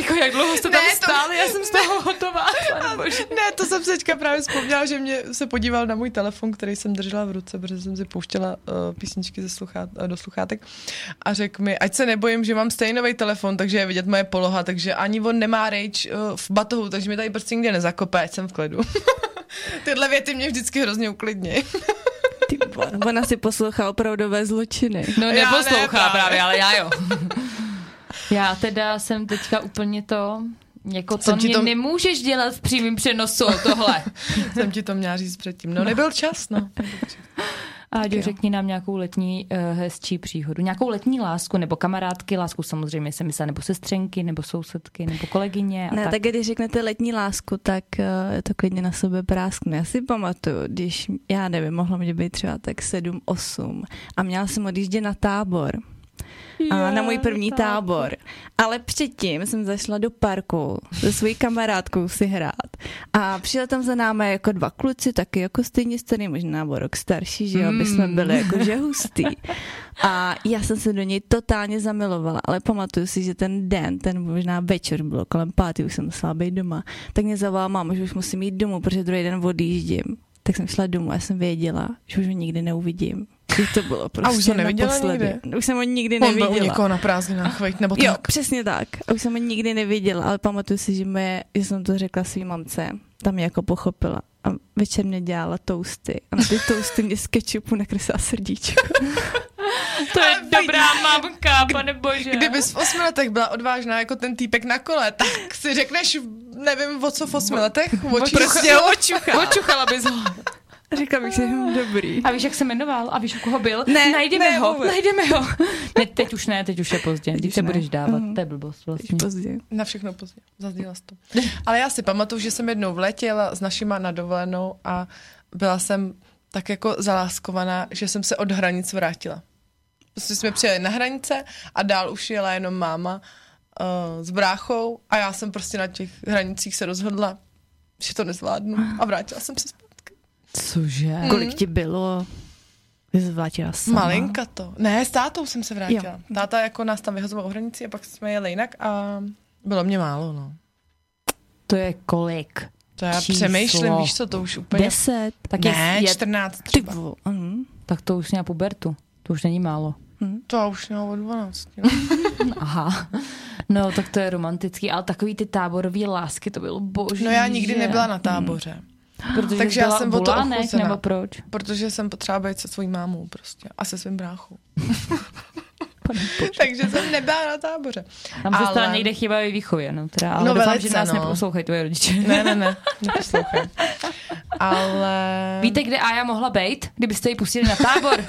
Speaker 3: Jako jak dlouho jste tam
Speaker 2: Ne, to-
Speaker 3: stáli, já jsem z toho hotová. pane bože.
Speaker 2: ne, to jsem se teďka právě vzpomněla, že mě se podíval na můj telefon, který jsem držela v ruce, protože jsem si pouštěla uh, písničky ze sluchát, uh, do sluchátek a řekl mi, ať se nebojím, že mám stejnový telefon, takže je vidět moje poloha, takže ani on nemá rage uh, v batohu, takže mi tady prostě nikde nezakope, ať jsem v klidu. Tyhle věty mě vždycky hrozně uklidní.
Speaker 4: Ty, vole, ona si poslouchá opravdové zločiny.
Speaker 3: No
Speaker 2: Já ne,
Speaker 3: neposlouchá
Speaker 2: právě.
Speaker 3: právě, ale já jo. já teda jsem teďka úplně to, jako to
Speaker 2: Jsem ti
Speaker 3: mě
Speaker 2: to-
Speaker 3: nemůžeš dělat v přímém přenosu tohle.
Speaker 2: jsem ti to měla říct předtím. No, nebyl čas, no.
Speaker 3: Áďo,
Speaker 4: jo.
Speaker 3: řekni nám nějakou letní uh, hezčí příhodu, nějakou letní lásku, nebo kamarádky, lásku samozřejmě jsem myslela, nebo sestřenky, nebo sousedky, nebo kolegyně a
Speaker 4: Ne,
Speaker 3: tak.
Speaker 4: tak když řeknete letní lásku, tak eh, to klidně na sebe práskne. Já si pamatuju, když, já nevím, mohlo mě být třeba tak 7, 8 a měla jsem odjíždět na tábor. A na můj první tábor. Ale předtím jsem zašla do parku se svojí kamarádkou si hrát. A přijel tam za námi jako dva kluci, taky jako stejně starý, možná o rok starší, že jo, aby jsme byli jako že hustý. A já jsem se do něj totálně zamilovala, ale pamatuju si, že ten den, ten možná večer bylo kolem pátý, už jsem musela být doma, tak mě zavolala máma, že už musím jít domů, protože druhý den odjíždím. Tak jsem šla domů a jsem věděla, že už ho nikdy neuvidím. Že to bylo prostě
Speaker 2: už ho neviděla
Speaker 4: naposledy. Už jsem ho nikdy
Speaker 2: On byl
Speaker 4: neviděla.
Speaker 2: u někoho na prázdninách, veď, nebo tak.
Speaker 4: Jo, přesně tak. A už jsem ho nikdy neviděla, ale pamatuju si, že, moje, že jsem to řekla svým mamce. Ta mě jako pochopila. A večer mě dělala tousty. A na ty tousty mě z kečupu nakreslila srdíčko.
Speaker 3: to je dobrá mamka, pane bože.
Speaker 2: Kdybys v osmi letech byla odvážná jako ten týpek na kole, tak si řekneš, nevím o co v osmi letech, oči, prostě očucha.
Speaker 3: Očuchala bys ho.
Speaker 4: A Říkala bych si, hm, dobrý.
Speaker 3: A víš, jak se jmenoval? A víš, u koho byl?
Speaker 4: Ne,
Speaker 3: najdeme
Speaker 4: ne,
Speaker 3: ho,
Speaker 4: vůbec.
Speaker 3: najdeme ho. Ne, teď už ne, teď už je pozdě. Teď,
Speaker 4: už
Speaker 3: se
Speaker 4: ne.
Speaker 3: budeš dávat,
Speaker 4: Mhm.
Speaker 3: to je blbost
Speaker 4: Už
Speaker 3: vlastně.
Speaker 4: pozdě.
Speaker 2: Na všechno pozdě, zazdíla jsi to. Ale já si pamatuju, že jsem jednou vletěla s našima na dovolenou a byla jsem tak jako zaláskovaná, že jsem se od hranic vrátila. Prostě jsme přijeli na hranice a dál už jela jenom máma uh, s bráchou a já jsem prostě na těch hranicích se rozhodla, že to nezvládnu a vrátila jsem se zpátky.
Speaker 3: Cože?
Speaker 2: Hmm.
Speaker 4: Kolik ti bylo? Zvlátila jsem.
Speaker 2: Malinka to. Ne, s tátou jsem se vrátila.
Speaker 4: Jo.
Speaker 2: Jo. Táta jako nás tam vyhazoval o hranici a pak jsme jeli jinak a bylo mě málo, no.
Speaker 3: To je kolik?
Speaker 2: To já
Speaker 3: Číslo.
Speaker 2: přemýšlím, víš co, to už úplně...
Speaker 4: Deset.
Speaker 3: Tak
Speaker 2: ne,
Speaker 3: je, je,
Speaker 2: 14
Speaker 4: Ty
Speaker 2: třeba.
Speaker 4: vo. Mhm.
Speaker 3: tak to už měla pubertu. To už není málo.
Speaker 2: To já už měla o 12. no.
Speaker 3: Aha. No, tak to je romantický, ale takový ty táborový lásky, to bylo boží.
Speaker 2: No já nikdy
Speaker 3: že?
Speaker 2: nebyla na táboře,
Speaker 3: Protože
Speaker 2: takže
Speaker 3: jsi
Speaker 2: já
Speaker 3: byla
Speaker 2: jsem o to
Speaker 3: bulánek,
Speaker 2: ochuzená.
Speaker 3: nebo proč?
Speaker 2: protože jsem potřeba být se svojí mámou prostě a se svým bráchou.
Speaker 3: Pane bože.
Speaker 2: Takže jsem nebyla na táboře.
Speaker 3: Tam se
Speaker 2: Ale-
Speaker 3: stala někde chyba ve výchově, no teda, ale
Speaker 2: No,
Speaker 3: doufám,
Speaker 2: velice,
Speaker 3: že nás
Speaker 2: no.
Speaker 3: neposlouchají tvoje rodiče.
Speaker 2: Ne, ne, ne, neposlouchej. Ale...
Speaker 3: Víte, kde Aja mohla být, kdybyste ji pustili na tábor?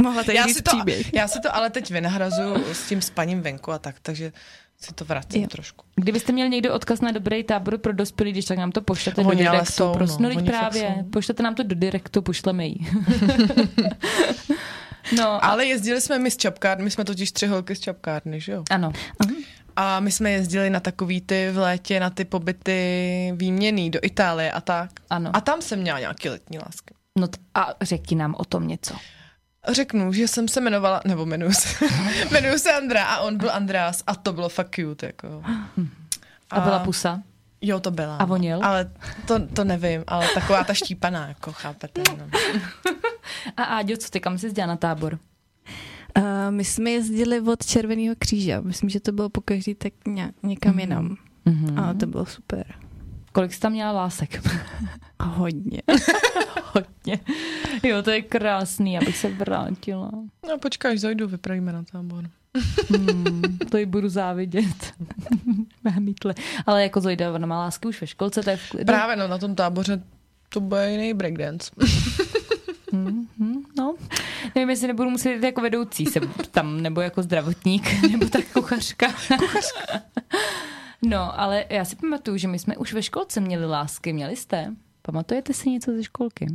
Speaker 4: Mohla tady
Speaker 2: já
Speaker 4: říct
Speaker 2: si, to,
Speaker 4: příběh.
Speaker 2: já si to ale teď vynahrazuju s tím spaním venku a tak, takže si to vracím
Speaker 4: Jo.
Speaker 2: trošku.
Speaker 3: Kdybyste měli někdo odkaz na dobrý tábor pro dospělí, když tak nám to pošlete
Speaker 2: Oni
Speaker 3: do
Speaker 2: ale
Speaker 3: direktu.
Speaker 2: jsou, no,
Speaker 3: prostě. no, teď
Speaker 2: oni fakt
Speaker 3: právě.
Speaker 2: jsou.
Speaker 3: Pošlete nám to do direktu, pošleme ji. no, a...
Speaker 2: Ale jezdili jsme my z Čapkárny, my jsme totiž tři holky z Čapkárny, že jo?
Speaker 3: ano.
Speaker 2: A my jsme jezdili na takový ty v létě, na ty pobyty výměný do Itálie a tak.
Speaker 3: Ano.
Speaker 2: A tam jsem měla nějaký letní lásky.
Speaker 3: No t- a řekni nám o tom něco.
Speaker 2: Řeknu, že jsem se jmenovala, nebo jmenuji se, jmenuji se Andra a on byl András a to bylo fakt cute, jako.
Speaker 3: A, byla pusa.
Speaker 2: Jo, to byla. no.
Speaker 3: A voněl?
Speaker 2: Ale to, to nevím, ale taková ta štípaná, jako chápete. No.
Speaker 3: A Áďo, co ty, kam jsi dělala na tábor?
Speaker 4: Uh, my jsme jezdili od Červeného Mhm. kříže. Myslím, že to bylo po každý tak nějak, někam jinam.
Speaker 3: Mhm.
Speaker 4: A to bylo super.
Speaker 3: Kolik jsi tam měla lásek?
Speaker 4: Hodně.
Speaker 3: Hodně. Jo, to je krásný, abych se vrátila.
Speaker 2: No počkej, až zajdu, vypravíme na tábor.
Speaker 3: Hmm, to ji budu závidět. Má mýtle. Ale jako Zojda, ona má lásky už ve školce, to je v klidu.
Speaker 2: Právě no, na tom táboře to bude jiný breakdance.
Speaker 3: Mhm, No, nevím, jestli nebudu muset jít jako vedoucí se tam, nebo jako zdravotník, nebo tak kuchařka. No, ale já si pamatuju, že my jsme už ve školce měli lásky, měli jste. Pamatujete si něco ze školky?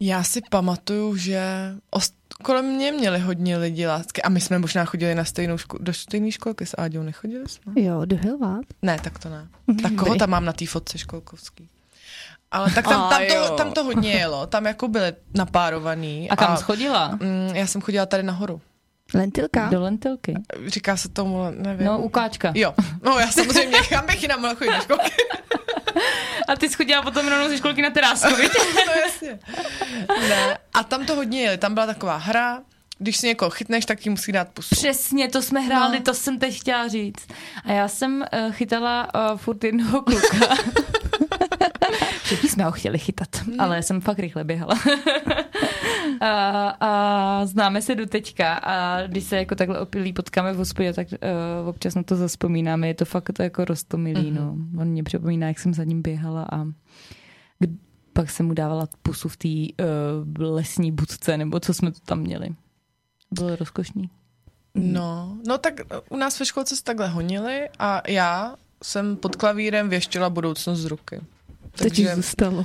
Speaker 2: Já si pamatuju, že ost- kolem mě měli hodně lidi lásky a my jsme možná chodili na stejnou ško- do stejné školky s Áďou, nechodili jsme?
Speaker 4: Jo, do Hilvát.
Speaker 2: Ne, tak to ne. Tak koho tam mám na té fotce školkovský? Ale tak tam,
Speaker 4: A
Speaker 2: tam,
Speaker 4: jo.
Speaker 2: to, tam to hodně jelo, tam jako byli napárovaný.
Speaker 3: A kam schodila?
Speaker 2: Mm, já jsem chodila tady nahoru.
Speaker 4: Lentilka.
Speaker 3: Do lentilky.
Speaker 2: Říká se tomu, nevím.
Speaker 3: No, ukáčka.
Speaker 2: Jo, no já samozřejmě, kam bych jinam mohla chodit do školky?
Speaker 3: A ty schodila potom rovnou ze školky na terásku, viď?
Speaker 2: no jasně. Ne. A tam to hodně jeli, tam byla taková hra, když si někoho chytneš, tak ti musí dát pusu.
Speaker 3: Přesně, to jsme hráli,
Speaker 2: No.
Speaker 3: to jsem teď chtěla říct. A já jsem uh, chytala uh, furt jednoho kluka. Všichni jsme ho chtěli chytat, ale já jsem fakt rychle běhala. a, a známe se do teďka a když se jako takhle opilí potkáme v hospodě, tak uh, občas na to zaspomínáme. Je to fakt to jako rostomilý, mm-hmm. no. On mě připomíná, jak jsem za ním běhala a kd- pak jsem mu dávala pusu v té uh, lesní budce, nebo co jsme to tam měli. Bylo rozkošný.
Speaker 4: Mhm.
Speaker 2: No, no tak u nás ve školce se takhle honili a já jsem pod klavírem věštila budoucnost z ruky.
Speaker 4: To ti
Speaker 2: Takže
Speaker 4: zůstalo.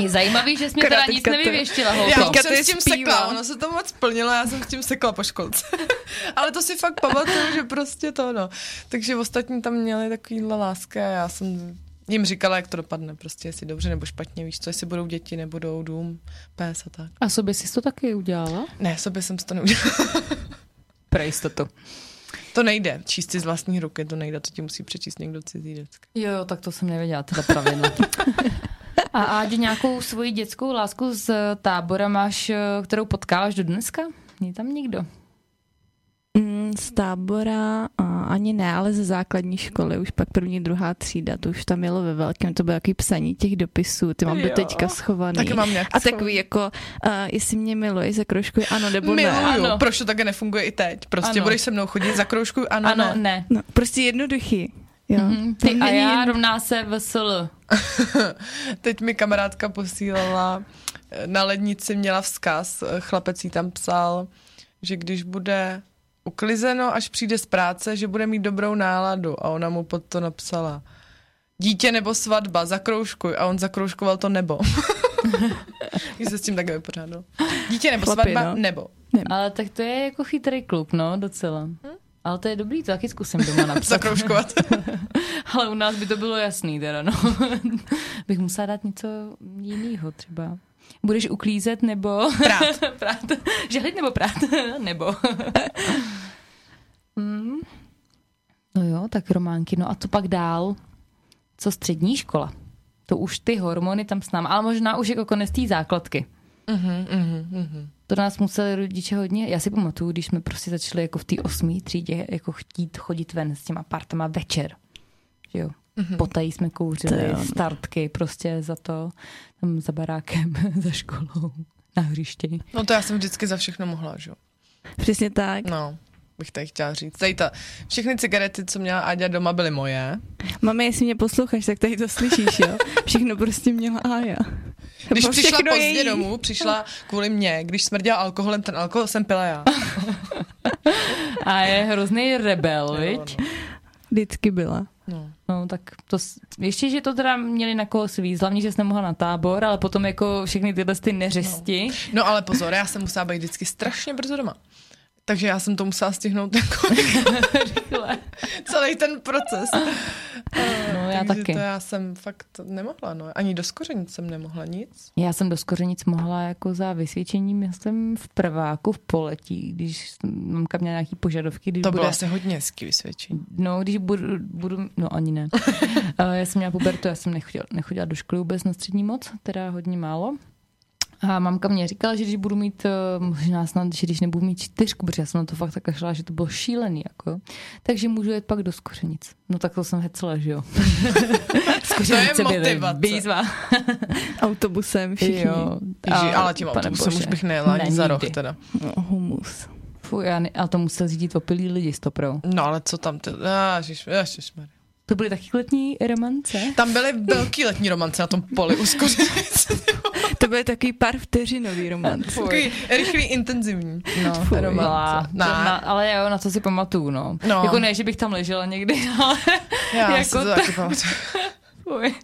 Speaker 3: Je zajímavý, že jsi mě teda
Speaker 4: Akorát
Speaker 3: nic
Speaker 4: teďka to-
Speaker 3: nevyvěštila,
Speaker 2: já
Speaker 3: holko.
Speaker 4: Teďka
Speaker 2: jsem
Speaker 4: to je
Speaker 2: s tím
Speaker 4: zpívá.
Speaker 2: sekla, ono se to moc splnilo, já jsem s tím sekla po školce. Ale to si fakt pamatuju, že prostě to no. Takže ostatní tam měli takovýhle lásky a já jsem jim říkala, jak to dopadne, prostě jestli dobře nebo špatně, víš co, jestli budou děti, nebudou dům, pes a tak.
Speaker 3: A sobě jsi to taky udělala?
Speaker 2: Ne, sobě jsem si to neudělala.
Speaker 3: Pro jistotu.
Speaker 2: To nejde, číst si z vlastní ruky, to nejde, to ti musí přečíst někdo cizí děcka.
Speaker 3: Jo, jo, tak to jsem nevěděla, teda no. pravidla. A Ádě, nějakou svoji dětskou lásku z tábora máš, eh, kterou potkáváš do dneska? Není tam nikdo.
Speaker 4: Mm, Z tábora a ani ne, ale ze základní školy, už pak první, druhá třída, to už tam jelo ve velkém, to bylo jaký psaní těch dopisů, ty mám do
Speaker 3: Jo.
Speaker 4: teďka schovaný.
Speaker 2: Taky mám nějak.
Speaker 4: a takový jako, uh, jestli mě miluješ, zakroškuj ano nebo ne.
Speaker 2: Miluju,
Speaker 3: Ano.
Speaker 2: proč to také nefunguje i teď. Prostě
Speaker 3: Ano.
Speaker 2: budeš se mnou chodit, zakroužkuju, ano,
Speaker 3: ano,
Speaker 2: ano. Ne.
Speaker 3: ne.
Speaker 4: No, prostě jednoduchý. Jo.
Speaker 3: Mhm, Ty
Speaker 4: Tam
Speaker 3: a
Speaker 4: není
Speaker 3: já
Speaker 4: jen-
Speaker 3: rovná se VSL.
Speaker 2: Teď mi kamarádka posílala, eh, na lednici měla vzkaz, eh, chlapec jí tam psal, že když bude uklizeno, až přijde z práce, že bude mít dobrou náladu. A ona mu pod to napsala, dítě nebo svatba, zakroužkuj. A on zakroužkoval to nebo. Když se s tím takhle vypořádal. Dítě nebo
Speaker 4: Chlapi,
Speaker 2: svatba,
Speaker 4: no.
Speaker 2: nebo.
Speaker 3: Ale tak to je jako chytrý kluk, no, docela. Ale to je dobrý, to taky zkusím doma napsat.
Speaker 2: Zakroužkovat.
Speaker 3: Ale u nás by to bylo jasný teda, no. Bych musela dát něco jiného třeba. Budeš uklízet nebo... Prát. prát. Žehlit nebo prát. nebo. Mm. no jo, tak románky. No a co pak dál? Co střední škola? To už ty hormony tam s náma, ale možná už jako konec té základky.
Speaker 2: Mhm, mhm, mhm.
Speaker 3: To nás museli rodiče hodně. Já si pamatuju, když jsme prostě začali jako v té osmé třídě jako chtít chodit ven s těma partama večer. Že Jo.
Speaker 2: Mhm.
Speaker 3: Mm-hmm. Potají jsme
Speaker 4: To
Speaker 3: kouřili
Speaker 4: jo.
Speaker 3: startky prostě za to, tam za barákem, za školou, na hřišti.
Speaker 2: No to já jsem vždycky za všechno mohla, že jo.
Speaker 4: Přesně tak.
Speaker 2: No, bych tady chtěla říct. Tady ta, všechny cigarety, co měla Áďa doma, byly moje.
Speaker 4: Mami, jestli mě posloucháš, tak tady to slyšíš, jo. Všechno prostě měla a já.
Speaker 2: Když
Speaker 3: prostě
Speaker 4: Bo
Speaker 2: přišla
Speaker 4: všechno
Speaker 2: pozdě
Speaker 4: její.
Speaker 2: domů, přišla kvůli mně. Když smrděla alkoholem, ten alkohol jsem pila já.
Speaker 3: A je hrozný rebel,
Speaker 2: Jo,
Speaker 3: viď?
Speaker 2: no.
Speaker 4: Vždycky byla.
Speaker 2: No.
Speaker 3: No tak to, s- ještě, že to teda měli na koho svíz, hlavně, že jsi nemohla na tábor, ale potom jako všechny tyhle ty neřesti.
Speaker 2: no ale pozor, já jsem musela být vždycky strašně brzo doma. Takže já jsem to musela stihnout jako
Speaker 3: Rychle.
Speaker 2: celý ten proces.
Speaker 3: No, já
Speaker 2: Takže
Speaker 3: taky.
Speaker 2: to já jsem fakt nemohla, no. Ani do skořenic jsem nemohla nic.
Speaker 3: Já jsem do Skořenic mohla jako za vysvědčením, já jsem v prváku v poletí, když mamka měla nějaký požadovky, když
Speaker 2: To bylo
Speaker 3: bude...
Speaker 2: asi hodně hezký vysvědčení.
Speaker 3: No, když budu, budu, no ani ne. Eh, já jsem měla pubertu, já jsem nechodila, nechodila do školy vůbec na střední moc, teda hodně málo. A mamka mě říkala, že když budu mít, eh, možná snad, že když nebudu mít čtyřku, protože já jsem na to fakt tak kašla, že to bylo šílený, jako, takže můžu jet pak do Skořenic. No tak to jsem hecla, že jo. Skořenice byly
Speaker 2: motivace.
Speaker 3: Výzva.
Speaker 4: Autobusem všichni.
Speaker 3: Jo.
Speaker 2: Ježi, ale tím
Speaker 3: pane
Speaker 2: autobusem
Speaker 3: bože.
Speaker 2: už bych nejela ani za roh
Speaker 3: Nikdy.
Speaker 2: teda.
Speaker 4: No, humus.
Speaker 3: Fuj, já ne, ale to musel řídit opilí lidi stoprou.
Speaker 2: No ale co tam, ty, ježiš, ježiš,
Speaker 3: To byly taky letní romance?
Speaker 2: Tam byly velký letní romance na tom poli u Skořenic.
Speaker 4: To byl takový pár vteřinový román.
Speaker 2: Takový Rychlý, intenzivní.
Speaker 3: No,
Speaker 4: Fuj.
Speaker 3: romance.
Speaker 2: Ne.
Speaker 3: Na, ale jo, na to si pamatuju, no.
Speaker 2: No.
Speaker 3: no. Jako ne, že bych tam ležela někdy, ale
Speaker 2: Já
Speaker 3: Jako
Speaker 2: si to
Speaker 3: ta-
Speaker 2: taky pamatuju.
Speaker 3: fuj.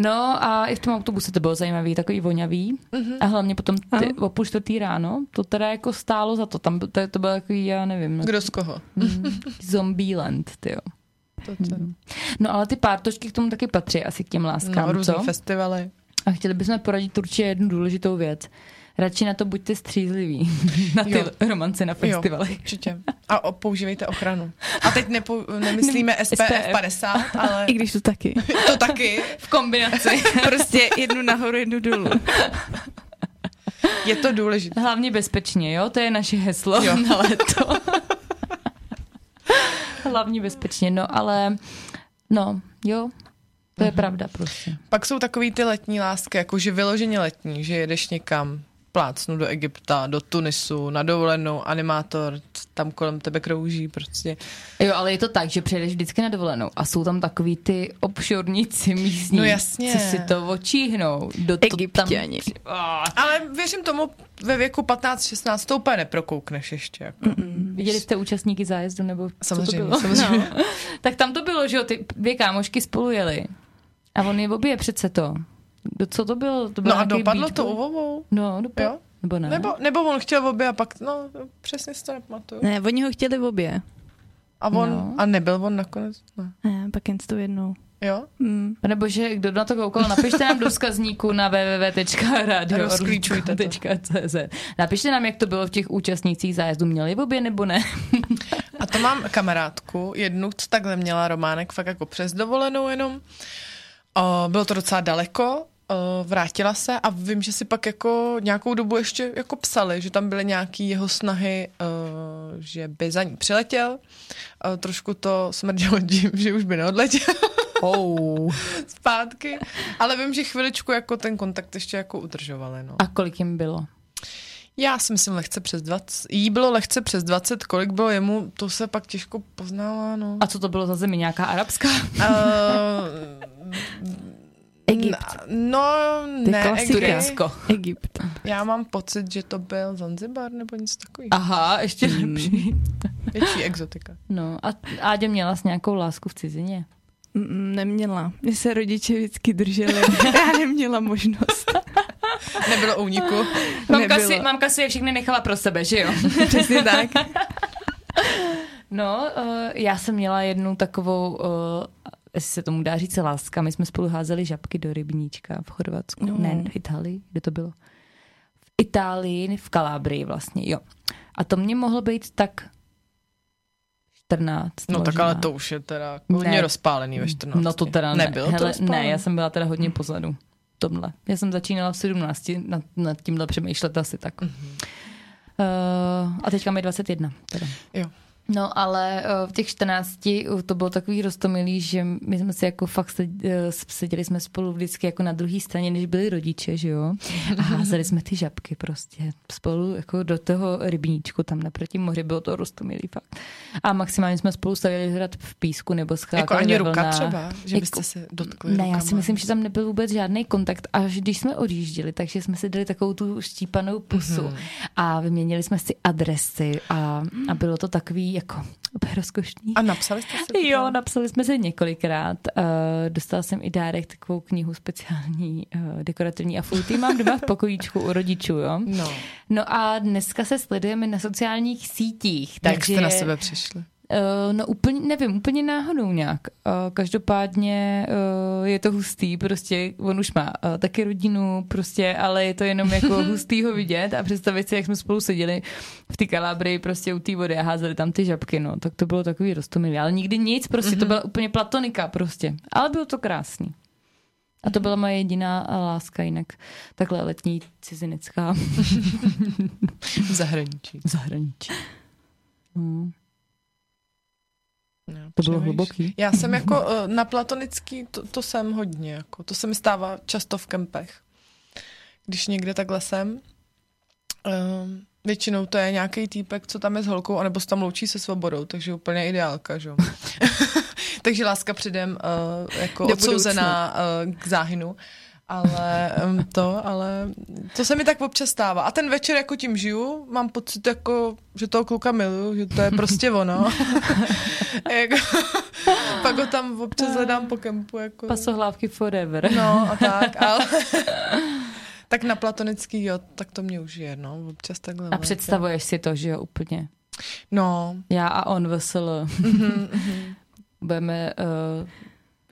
Speaker 3: No a i v tom autobuse to bylo zajímavý, takový voňavý. Mm-hmm. A hlavně potom ty, o půl čtvrtý ráno, to teda jako stálo za to. Tam byl- to, to byl takový, já nevím,
Speaker 2: Kdo z koho?
Speaker 3: zombieland, ty jo.
Speaker 2: To teda.
Speaker 3: No ale ty pártočky k tomu taky patří, asi k těm láskám,
Speaker 2: No, různý
Speaker 3: co?
Speaker 2: festivaly.
Speaker 3: A chtěli bychom poradit určitě jednu důležitou věc. Radši na to buďte střízliví, na ty
Speaker 2: Jo.
Speaker 3: romance na festivalech.
Speaker 2: Určitě. A o, používejte ochranu. A teď nepo, nemyslíme SPF
Speaker 3: SPF.
Speaker 2: 50, ale
Speaker 4: I když to taky.
Speaker 2: to taky.
Speaker 3: V kombinaci.
Speaker 4: Prostě jednu nahoru, jednu dolů.
Speaker 2: Je to důležité.
Speaker 3: Hlavně bezpečně, jo? To je naše heslo jo.
Speaker 2: Jo.
Speaker 3: na léto. Hlavně bezpečně, no ale... No, jo, to
Speaker 2: Mhm.
Speaker 3: je pravda prostě.
Speaker 2: Pak jsou takový ty letní lásky, jakože vyloženě letní, že jedeš někam plácnu do Egypta, do Tunisu, na dovolenou, animátor, tam kolem tebe krouží prostě.
Speaker 3: Jo, ale je to tak, že přijedeš vždycky na dovolenou a jsou tam takový ty obšorníci místní,
Speaker 2: No jasně.
Speaker 3: co si to očíhnou. Do
Speaker 4: Egyptěni.
Speaker 3: To tam... Ah,
Speaker 2: Ale věřím tomu, ve věku 15-16 to úplně neprokoukneš ještě. Jako.
Speaker 3: Viděli jste účastníky zájezdu, nebo Mm, co to
Speaker 2: Samozřejmě,
Speaker 3: bylo?
Speaker 2: samozřejmě.
Speaker 3: No. Tak tam to bylo, že jo, ty dvě kámošky spolu jeli. A on je obě přece to. Kdo- Co to bylo? To bylo
Speaker 2: No a
Speaker 3: nějaký
Speaker 2: dopadlo
Speaker 3: beat
Speaker 2: to
Speaker 3: boy?
Speaker 2: u obou.
Speaker 3: No, dopadlo.
Speaker 2: Jo?
Speaker 3: Jo? Nebo ne?
Speaker 2: Nebo, nebo on chtěl obě a pak, no, přesně si to nepamatuju.
Speaker 4: Ne, oni ho chtěli obě.
Speaker 2: A on, no.
Speaker 3: No.
Speaker 2: a nebyl on nakonec? Ne.
Speaker 4: Ne, pak jen s tou jednou.
Speaker 2: Jo?
Speaker 4: Mm.
Speaker 3: Nebo že kdo na to koukal, napište nám do vzkazníku na
Speaker 2: Rozklíčujte to.
Speaker 3: www.radio.cz Napište nám, jak to bylo v těch účastnících zájezdu. Měli obě nebo ne?
Speaker 2: A to mám kamarádku, jednu, co takhle měla románek, fakt jako přes dovolenou jenom. O, bylo to docela daleko, o, vrátila se a vím, že si pak jako nějakou dobu ještě jako psali, že tam byly nějaký jeho snahy, o, že by za ní přiletěl. O, trošku to smrdělo tím, že už by neodletěl
Speaker 3: Oh.
Speaker 2: zpátky, ale vím, že chviličku jako ten kontakt ještě jako udržovali. No.
Speaker 3: A kolik jim bylo?
Speaker 2: Já si myslím lehce přes 20. Jí bylo lehce přes 20, kolik bylo jemu, to se pak těžko poznala, no.
Speaker 3: A co to bylo za zemi? Nějaká arabská?
Speaker 2: Eh,
Speaker 4: Egypt.
Speaker 2: n- No,
Speaker 4: To je
Speaker 2: ne,
Speaker 4: klasika.
Speaker 2: Egypt.
Speaker 3: Turecko.
Speaker 4: No. Egypt.
Speaker 2: Já mám pocit, že to byl Zanzibar nebo něco takového.
Speaker 3: Aha, ještě
Speaker 2: Hmm.
Speaker 3: lepší.
Speaker 2: Větší exotika.
Speaker 3: No a Áďa měla s nějakou lásku v cizině.
Speaker 4: Mm, neměla. Mě se rodiče vždycky drželi. Já neměla možnost.
Speaker 2: Nebylo úniku.
Speaker 3: Mamka
Speaker 4: Nebyla.
Speaker 3: si, mamka si je všechny nechala pro sebe, že jo?
Speaker 4: Přesně tak.
Speaker 3: No, eh, já jsem měla jednu takovou, eh, jestli se tomu dá říct, láska. My jsme spolu házeli žabky do rybníčka v Chorvatsku.
Speaker 2: No.
Speaker 4: Mm.
Speaker 3: Ne, v Itálii, kde to bylo? V Itálii, v Kalábrii vlastně, jo. A to mě mohlo být tak 14
Speaker 2: No tak
Speaker 3: možná.
Speaker 2: ale to už je teda jako
Speaker 3: Ne.
Speaker 2: hodně rozpálený ve 14.
Speaker 3: No to teda ne.
Speaker 2: Nebyl to
Speaker 3: Hele, no,
Speaker 2: rozpálený?
Speaker 3: ne, já jsem byla teda hodně pozadu. v Tomhle. Já jsem začínala v 17 nad, nad tímhle přemýšlet asi tak. Mm-hmm.
Speaker 2: Mhm.
Speaker 3: Uh, a teďka mi je 21. Teda.
Speaker 2: Jo.
Speaker 3: No ale uh, v těch 14 uh, to bylo takový roztomilý, že my jsme si jako fakt se, uh, seděli jsme spolu vždycky jako na druhé straně, než byli rodiče, že jo. A házeli jsme ty žabky prostě spolu jako do toho rybníčku tam naproti moři, bylo to roztomilý fakt. A maximálně jsme spolu stavili hrad v písku nebo skákali
Speaker 2: Jako ani
Speaker 3: ve
Speaker 2: ruka
Speaker 3: vlnách.
Speaker 2: třeba, že byste se dotkli
Speaker 3: Jako- Ne, já si
Speaker 2: Jako rukama.
Speaker 3: myslím, že tam nebyl vůbec žádný kontakt, až když jsme odjížděli, takže jsme si dali takovou tu štípanou pusu
Speaker 2: Mhm.
Speaker 3: mm-hmm. a vyměnili jsme si adresy a, a bylo to takový jako úplně rozkošný.
Speaker 2: A napsali jste se?
Speaker 3: Jo, napsali jsme se několikrát. Uh, dostala jsem i dárek takovou knihu speciální, uh, dekorativní a fluty. Mám doma v pokojíčku u rodičů, jo.
Speaker 2: No,
Speaker 3: No a dneska se sledujeme na sociálních sítích.
Speaker 2: takže...
Speaker 3: Takže...
Speaker 2: jak jste na sebe přišli?
Speaker 3: Eh, no úplně, nevím, úplně náhodou nějak. Eh, Každopádně eh, je to hustý, prostě on už má eh, taky rodinu, prostě, ale je to jenom jako hustý ho vidět a představit si, jak jsme spolu seděli v ty kalábry prostě u té vody a házeli tam ty žabky, no, tak to bylo takový Mhm. roztomilý, ale nikdy nic, prostě to byla úplně platonika prostě, ale bylo to krásný. A A to byla moje jediná eh, láska, jinak takhle letní cizinecká
Speaker 2: v zahraničí.
Speaker 3: v zahraničí. No,
Speaker 2: No,
Speaker 3: to bylo
Speaker 2: přemýšlím.
Speaker 3: hluboký.
Speaker 2: Já jsem jako eh, na platonický, to, to jsem hodně, jako, to se mi stává často v kempech. Když někde takhle jsem, ehm, většinou to je nějaký týpek, co tam je s holkou, anebo se tam loučí se svobodou, takže úplně ideálka, že? jo. takže láska předem eh, jako
Speaker 4: Do
Speaker 2: odsouzená eh, k záhynu. Ale em, to, ale to se mi tak občas stává. A ten večer jako tím žiju, mám pocit jako, že toho kluka miluju, že to je prostě ono. jako, pak ho tam občas hledám po kempu. Jako,
Speaker 3: Pasohlávky forever.
Speaker 2: no a tak, ale... tak na platonický, jo, tak to mě už je, no, občas takhle.
Speaker 3: A
Speaker 2: vleze.
Speaker 3: představuješ si to, že jo, úplně.
Speaker 2: No, mhm,
Speaker 3: Já a on vesel. Budeme, uh,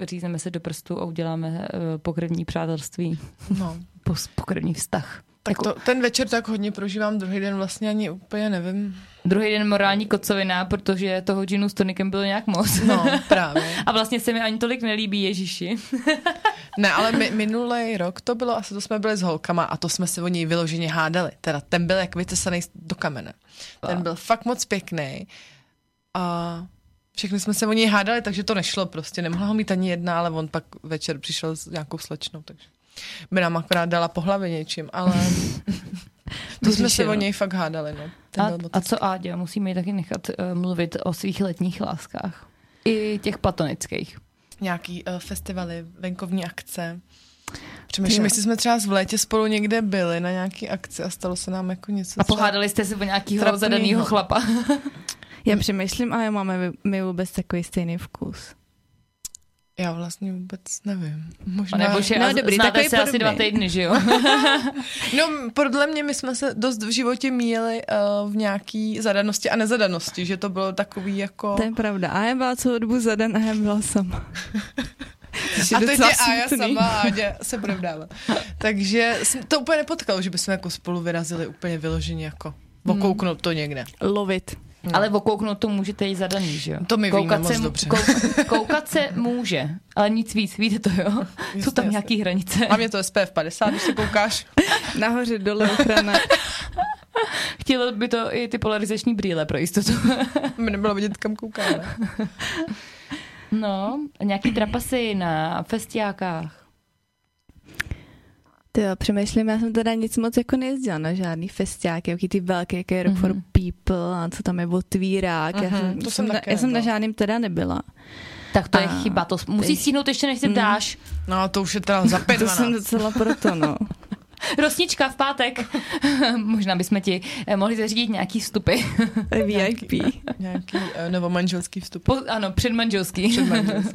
Speaker 3: řízneme se do prstů a uděláme uh, pokrevní přátelství,
Speaker 2: no.
Speaker 3: pos- pokrevní vztah. Jako
Speaker 2: Tak to, ten večer tak hodně prožívám, druhý den vlastně ani úplně nevím.
Speaker 3: Druhý den morální kocovina, protože toho džinu s tonikem bylo nějak moc.
Speaker 2: No, právě.
Speaker 3: A vlastně se mi ani tolik nelíbí Ježíši.
Speaker 2: Ne, ale mi, minulý rok to bylo, asi to jsme byli s holkama a to jsme se o něj vyloženě hádali. Teda ten byl jak vytesaný do kamene. Ten byl fakt moc pěkný a všechny jsme se o něj hádali, takže to nešlo prostě. Nemohla ho mít ani jedna, ale on pak večer přišel s nějakou slečnou, takže by nám akorát dala po hlavě něčím, ale to jsme se
Speaker 3: Vyřešeno.
Speaker 2: o něj fakt hádali. No. Ten
Speaker 3: A,
Speaker 2: byl moc-
Speaker 3: a co Áďa, musíme ji taky nechat uh, mluvit o svých letních láskách. I těch platonických.
Speaker 2: nějaký uh, festivaly, venkovní akce.
Speaker 4: Jo.
Speaker 2: Přemýšlím, jestli jsme třeba v létě spolu někde byli na nějaký akci a stalo se nám jako něco.
Speaker 3: A
Speaker 2: třeba-
Speaker 3: pohádali jste se o nějakého
Speaker 2: Trapnýho.
Speaker 3: zadanýho chlapa.
Speaker 4: Já přemýšlím, ale máme vy- my vůbec takový stejný vkus.
Speaker 2: Já vlastně vůbec nevím.
Speaker 3: A
Speaker 2: Možná...
Speaker 3: nebo že
Speaker 4: No,
Speaker 3: no,
Speaker 4: dobrý,
Speaker 3: dobrý, znáte
Speaker 4: takový
Speaker 3: se asi dva
Speaker 4: podobný.
Speaker 3: týdny, že jo?
Speaker 2: No, podle mě my jsme se dost v životě míjeli uh, v nějaký zadanosti a nezadanosti, že to bylo takový jako...
Speaker 4: To je pravda. A já byla celou dobu zadan a já byla sama. Což
Speaker 2: A teď
Speaker 4: docela
Speaker 2: je Aja
Speaker 4: smutný.
Speaker 2: sama a Aja se bude vdávat. Takže jsem- to úplně nepotkalo, že bychom jako spolu vyrazili úplně vyloženě jako
Speaker 4: Hmm.
Speaker 2: okouknout to někde.
Speaker 4: Lovit.
Speaker 3: Ale okouknout to můžete i zadaný, že jo?
Speaker 2: No. To my víme moc
Speaker 3: se, mu-
Speaker 2: dobře.
Speaker 3: Kou, koukat se může, ale nic víc, víte to, jo? Jsou tam
Speaker 2: jasně.
Speaker 3: nějaký hranice.
Speaker 2: A mě to SPF 50, když se koukáš.
Speaker 4: Nahoře, dole, ochrana.
Speaker 3: Chtělo by to i ty polarizační brýle pro jistotu.
Speaker 2: Mě nebylo vidět, kam koukáme.
Speaker 3: No, nějaký trapasy na festiákách.
Speaker 4: Ty jo, přemýšlím, já jsem teda nic moc jako nejezdila na žádný festiáky, jaký ty velké, jaké je Rock for
Speaker 3: Mhm.
Speaker 4: People a co tam je otvírák. Já
Speaker 2: Mhm,
Speaker 4: jsem,
Speaker 2: to
Speaker 4: to
Speaker 2: jsem
Speaker 4: jsem, na,
Speaker 2: také
Speaker 4: já jsem na
Speaker 2: nebyla.
Speaker 4: žádným teda nebyla.
Speaker 3: Tak to je
Speaker 4: A
Speaker 3: chyba, to musí
Speaker 4: teď-
Speaker 3: stihnout ještě, než se
Speaker 4: Mm.
Speaker 3: ptáš.
Speaker 2: No, to už je teda za pět
Speaker 4: To jsem
Speaker 2: 12.
Speaker 4: docela proto, no.
Speaker 3: Rosnička v pátek. Možná bychom ti eh, mohli zařídit nějaký vstupy.
Speaker 4: To je VIP.
Speaker 2: Nějaký eh, nebo manželský vstup.
Speaker 3: Po, ano, předmanželský.
Speaker 2: Předmanželský.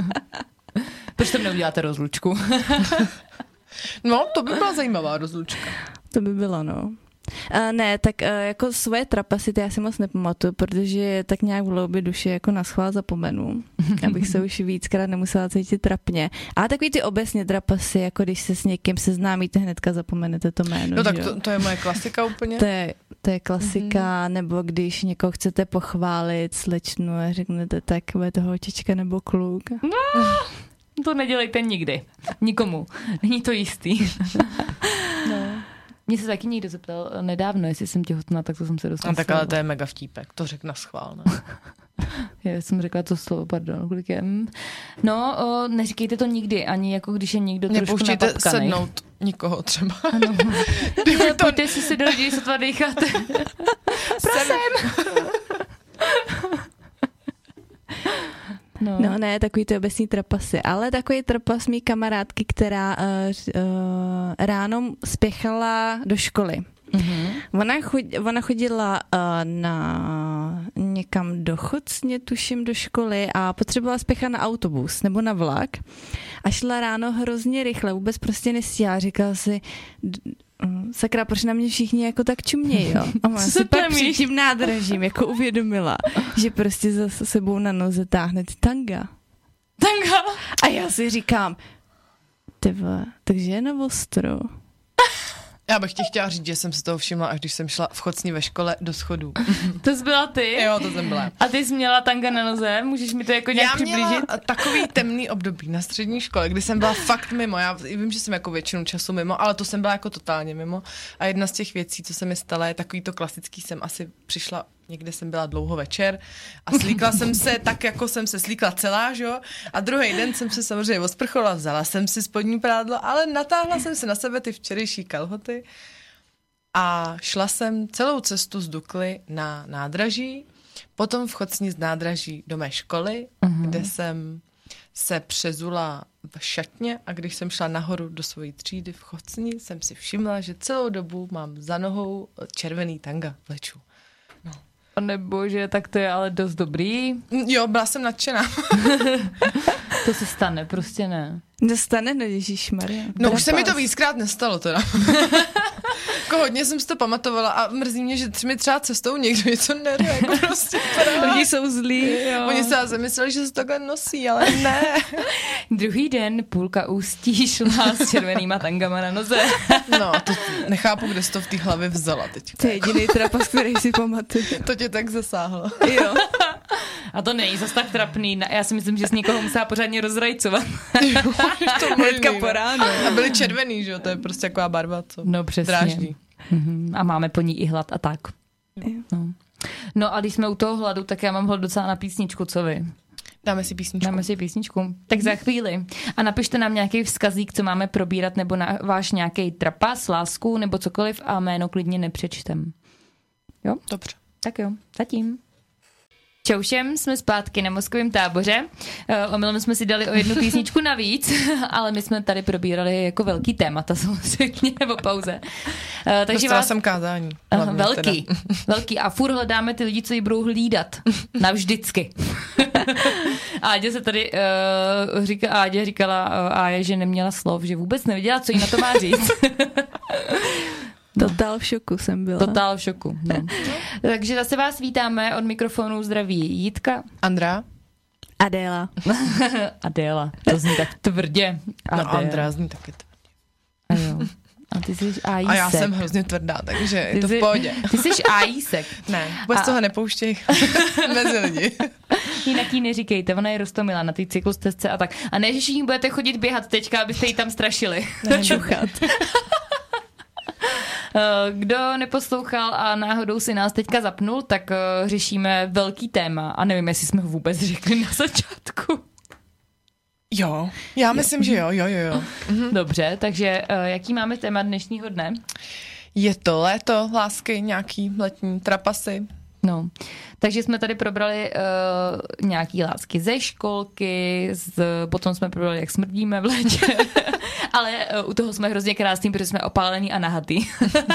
Speaker 3: Proč tam neuděláte rozlučku?
Speaker 2: No, to by byla zajímavá rozlučka.
Speaker 4: To by bylo, no. A ne, tak uh, jako svoje trapasity já si moc nepamatuju, protože je tak nějak v hloubi duše jako na schvál zapomenu, abych se už víckrát nemusela cítit trapně. A takový ty obecně trapasy, jako když se s někým seznámíte, hnedka zapomenete to jméno.
Speaker 2: No tak
Speaker 4: že jo?
Speaker 2: to, to je moje klasika úplně.
Speaker 4: To je, to je klasika, mm-hmm. nebo když někoho chcete pochválit, slečnu, a řeknete tak, bude to holčička nebo kluk.
Speaker 3: To nedělejte nikdy. Nikomu. Není to jistý.
Speaker 4: No.
Speaker 3: Mě se taky někdo zeptal eh, nedávno, jestli jsem těhotná, tak to jsem se dostala.
Speaker 2: No tak ale to je mega vtípek, to řekl na schvál, ne?
Speaker 3: Já jsem řekla to slovo, pardon, kolik je. Mm. No, o, neříkejte to nikdy, ani jako když je někdo trošku
Speaker 2: Nepouštějte
Speaker 3: napapkanej.
Speaker 2: sednout nikoho třeba.
Speaker 3: Ano.
Speaker 2: Kdyby to
Speaker 3: Pojďte si se do lidí, sotva dýcháte.
Speaker 2: sem,
Speaker 3: No.
Speaker 4: No ne, takový ty obecní trapasy, ale takový trapas mý kamarádky, která uh, uh, ráno spěchala do školy.
Speaker 3: Mhm.
Speaker 4: Ona, chod, ona chodila uh, na někam do Chocně, tuším, do školy a potřebovala spěchat na autobus nebo na vlak a šla ráno hrozně rychle, vůbec prostě nestíhá. Říkala si, d- mm, sakra, proč na mě všichni jako tak čumějí, jo? A ona
Speaker 3: Co
Speaker 4: si
Speaker 3: se
Speaker 4: pak
Speaker 3: tlemíš?
Speaker 4: před tím nádražím jako uvědomila, že prostě za sebou na noze táhne ty tanga.
Speaker 3: Tanga.
Speaker 4: A já si říkám, ty vole, takže je na ostro.
Speaker 2: Já bych ti chtěla říct, že jsem se toho všimla, až když jsem šla v chocni ve škole do schodů.
Speaker 3: To jsi byla ty?
Speaker 2: jo, to jsem byla.
Speaker 3: A ty jsi měla tanga na noze? Můžeš mi to jako nějak
Speaker 2: Já měla
Speaker 3: přiblížit?
Speaker 2: takový temný období na střední škole, kdy jsem byla fakt mimo. Já vím, že jsem jako většinu času mimo, ale to jsem byla jako totálně mimo. A jedna z těch věcí, co se mi stala, je takový to klasický, jsem asi přišla někde jsem byla dlouho večer a slíkla jsem se tak, jako jsem se slíkla celá, že jo? A druhý den jsem se samozřejmě osprchovala, vzala jsem si spodní prádlo, ale natáhla jsem si na sebe ty včerejší kalhoty a šla jsem celou cestu z Dukly na nádraží, potom v Chocni z nádraží do mé školy, uh-huh. kde jsem se přezula v šatně a když jsem šla nahoru do své třídy v Chocni, jsem si všimla, že celou dobu mám za nohou červený tanga vlečů.
Speaker 3: Nebo že tak to je ale dost dobrý.
Speaker 2: Mm, Jo, byla jsem nadšená.
Speaker 3: To se stane, prostě ne.
Speaker 4: Dostane, no Ježíš Maria.
Speaker 2: No už se mi to víckrát nestalo teda. jako hodně jsem si to pamatovala a mrzí mě, že tři mi třeba cestou někdo něco nerve, jako prostě.
Speaker 4: Lidi jsou zlí.
Speaker 3: Jo.
Speaker 2: Oni se asi mysleli, že se takhle nosí, ale ne.
Speaker 3: Druhý den půlka ústí šla s červenýma tangama na noze.
Speaker 2: No, to nechápu, kde jsi to v té hlavě vzala teď.
Speaker 4: To je jediný trapas, který si pamatuju.
Speaker 2: To tě tak zasáhlo.
Speaker 4: Jo.
Speaker 3: A to není zas tak trapný. Na- Já si myslím, že z někoho musela pořádně rozrajcovat.
Speaker 2: to
Speaker 4: Hnedka
Speaker 2: možný,
Speaker 4: po
Speaker 2: no.
Speaker 4: ránu.
Speaker 2: A byly červený, že jo? To je prostě taková barva, co
Speaker 3: No přesně.
Speaker 2: dráždí.
Speaker 3: Mhm. A máme po ní i hlad a tak.
Speaker 4: Jo.
Speaker 3: No. no a když jsme u toho hladu, tak já mám hlad docela na písničku, co vy?
Speaker 2: Dáme si písničku.
Speaker 3: Dáme si písničku. Tak za chvíli. A napište nám nějaký vzkazík, co máme probírat, nebo na, váš nějaký trapas, lásku, nebo cokoliv a jméno klidně nepřečtem.
Speaker 2: Dobře.
Speaker 3: Tak jo, zatím. Čau všem, jsme zpátky na mozkovém táboře. Eh, Omylem jsme si dali o jednu písničku navíc, ale my jsme tady probírali jako velký témata samozřejmě po pauze. Eh, Takže
Speaker 2: Takže vás...
Speaker 3: vás...
Speaker 2: jsem kázání.
Speaker 3: Aha,
Speaker 2: hlavně
Speaker 3: velký,
Speaker 2: teda.
Speaker 3: velký. A furt hledáme ty lidi, co ji budou hlídat. Navždycky. A Ádě se tady uh, říká, Ádě říkala, uh, Áje, že neměla slov, že vůbec nevěděla, co jí na to má říct.
Speaker 4: Total v šoku jsem byla.
Speaker 3: Totál v šoku. No. Takže zase vás vítáme od mikrofonu zdraví Jitka
Speaker 2: Andrá?
Speaker 4: Adéla.
Speaker 3: Adéla. To zní tak tvrdě.
Speaker 2: No, Andrá zní taky to.
Speaker 3: A, jo. a ty jsi ajísek.
Speaker 2: A já jsem hrozně tvrdá, takže
Speaker 3: Ty
Speaker 2: je to
Speaker 3: jsi-
Speaker 2: v pohodě.
Speaker 3: Ty jsi ajísek.
Speaker 2: Ne, vůbec
Speaker 3: A-
Speaker 2: a... toho nepouštěj mezi lidi.
Speaker 3: Jinak jí neříkejte, ona je rostomila na té cyklostezce a tak. A ne, že všichni budete chodit běhat teďka, abyste ji tam strašili.
Speaker 4: Čuchat.
Speaker 3: Eh, Kdo neposlouchal a náhodou si nás teďka zapnul, tak eh, řešíme velký téma. A nevím, jestli jsme ho vůbec řekli na začátku.
Speaker 2: Jo, já myslím, že jo, jo, jo, jo.
Speaker 3: Dobře, takže eh, jaký máme téma dnešního dne?
Speaker 2: Je to léto, lásky, nějaký letní trapasy.
Speaker 3: No, takže jsme tady probrali uh, nějaký lásky ze školky, z, potom jsme probrali, jak smrdíme v létě, ale uh, u toho jsme hrozně krásní, protože jsme opálení a nahatý.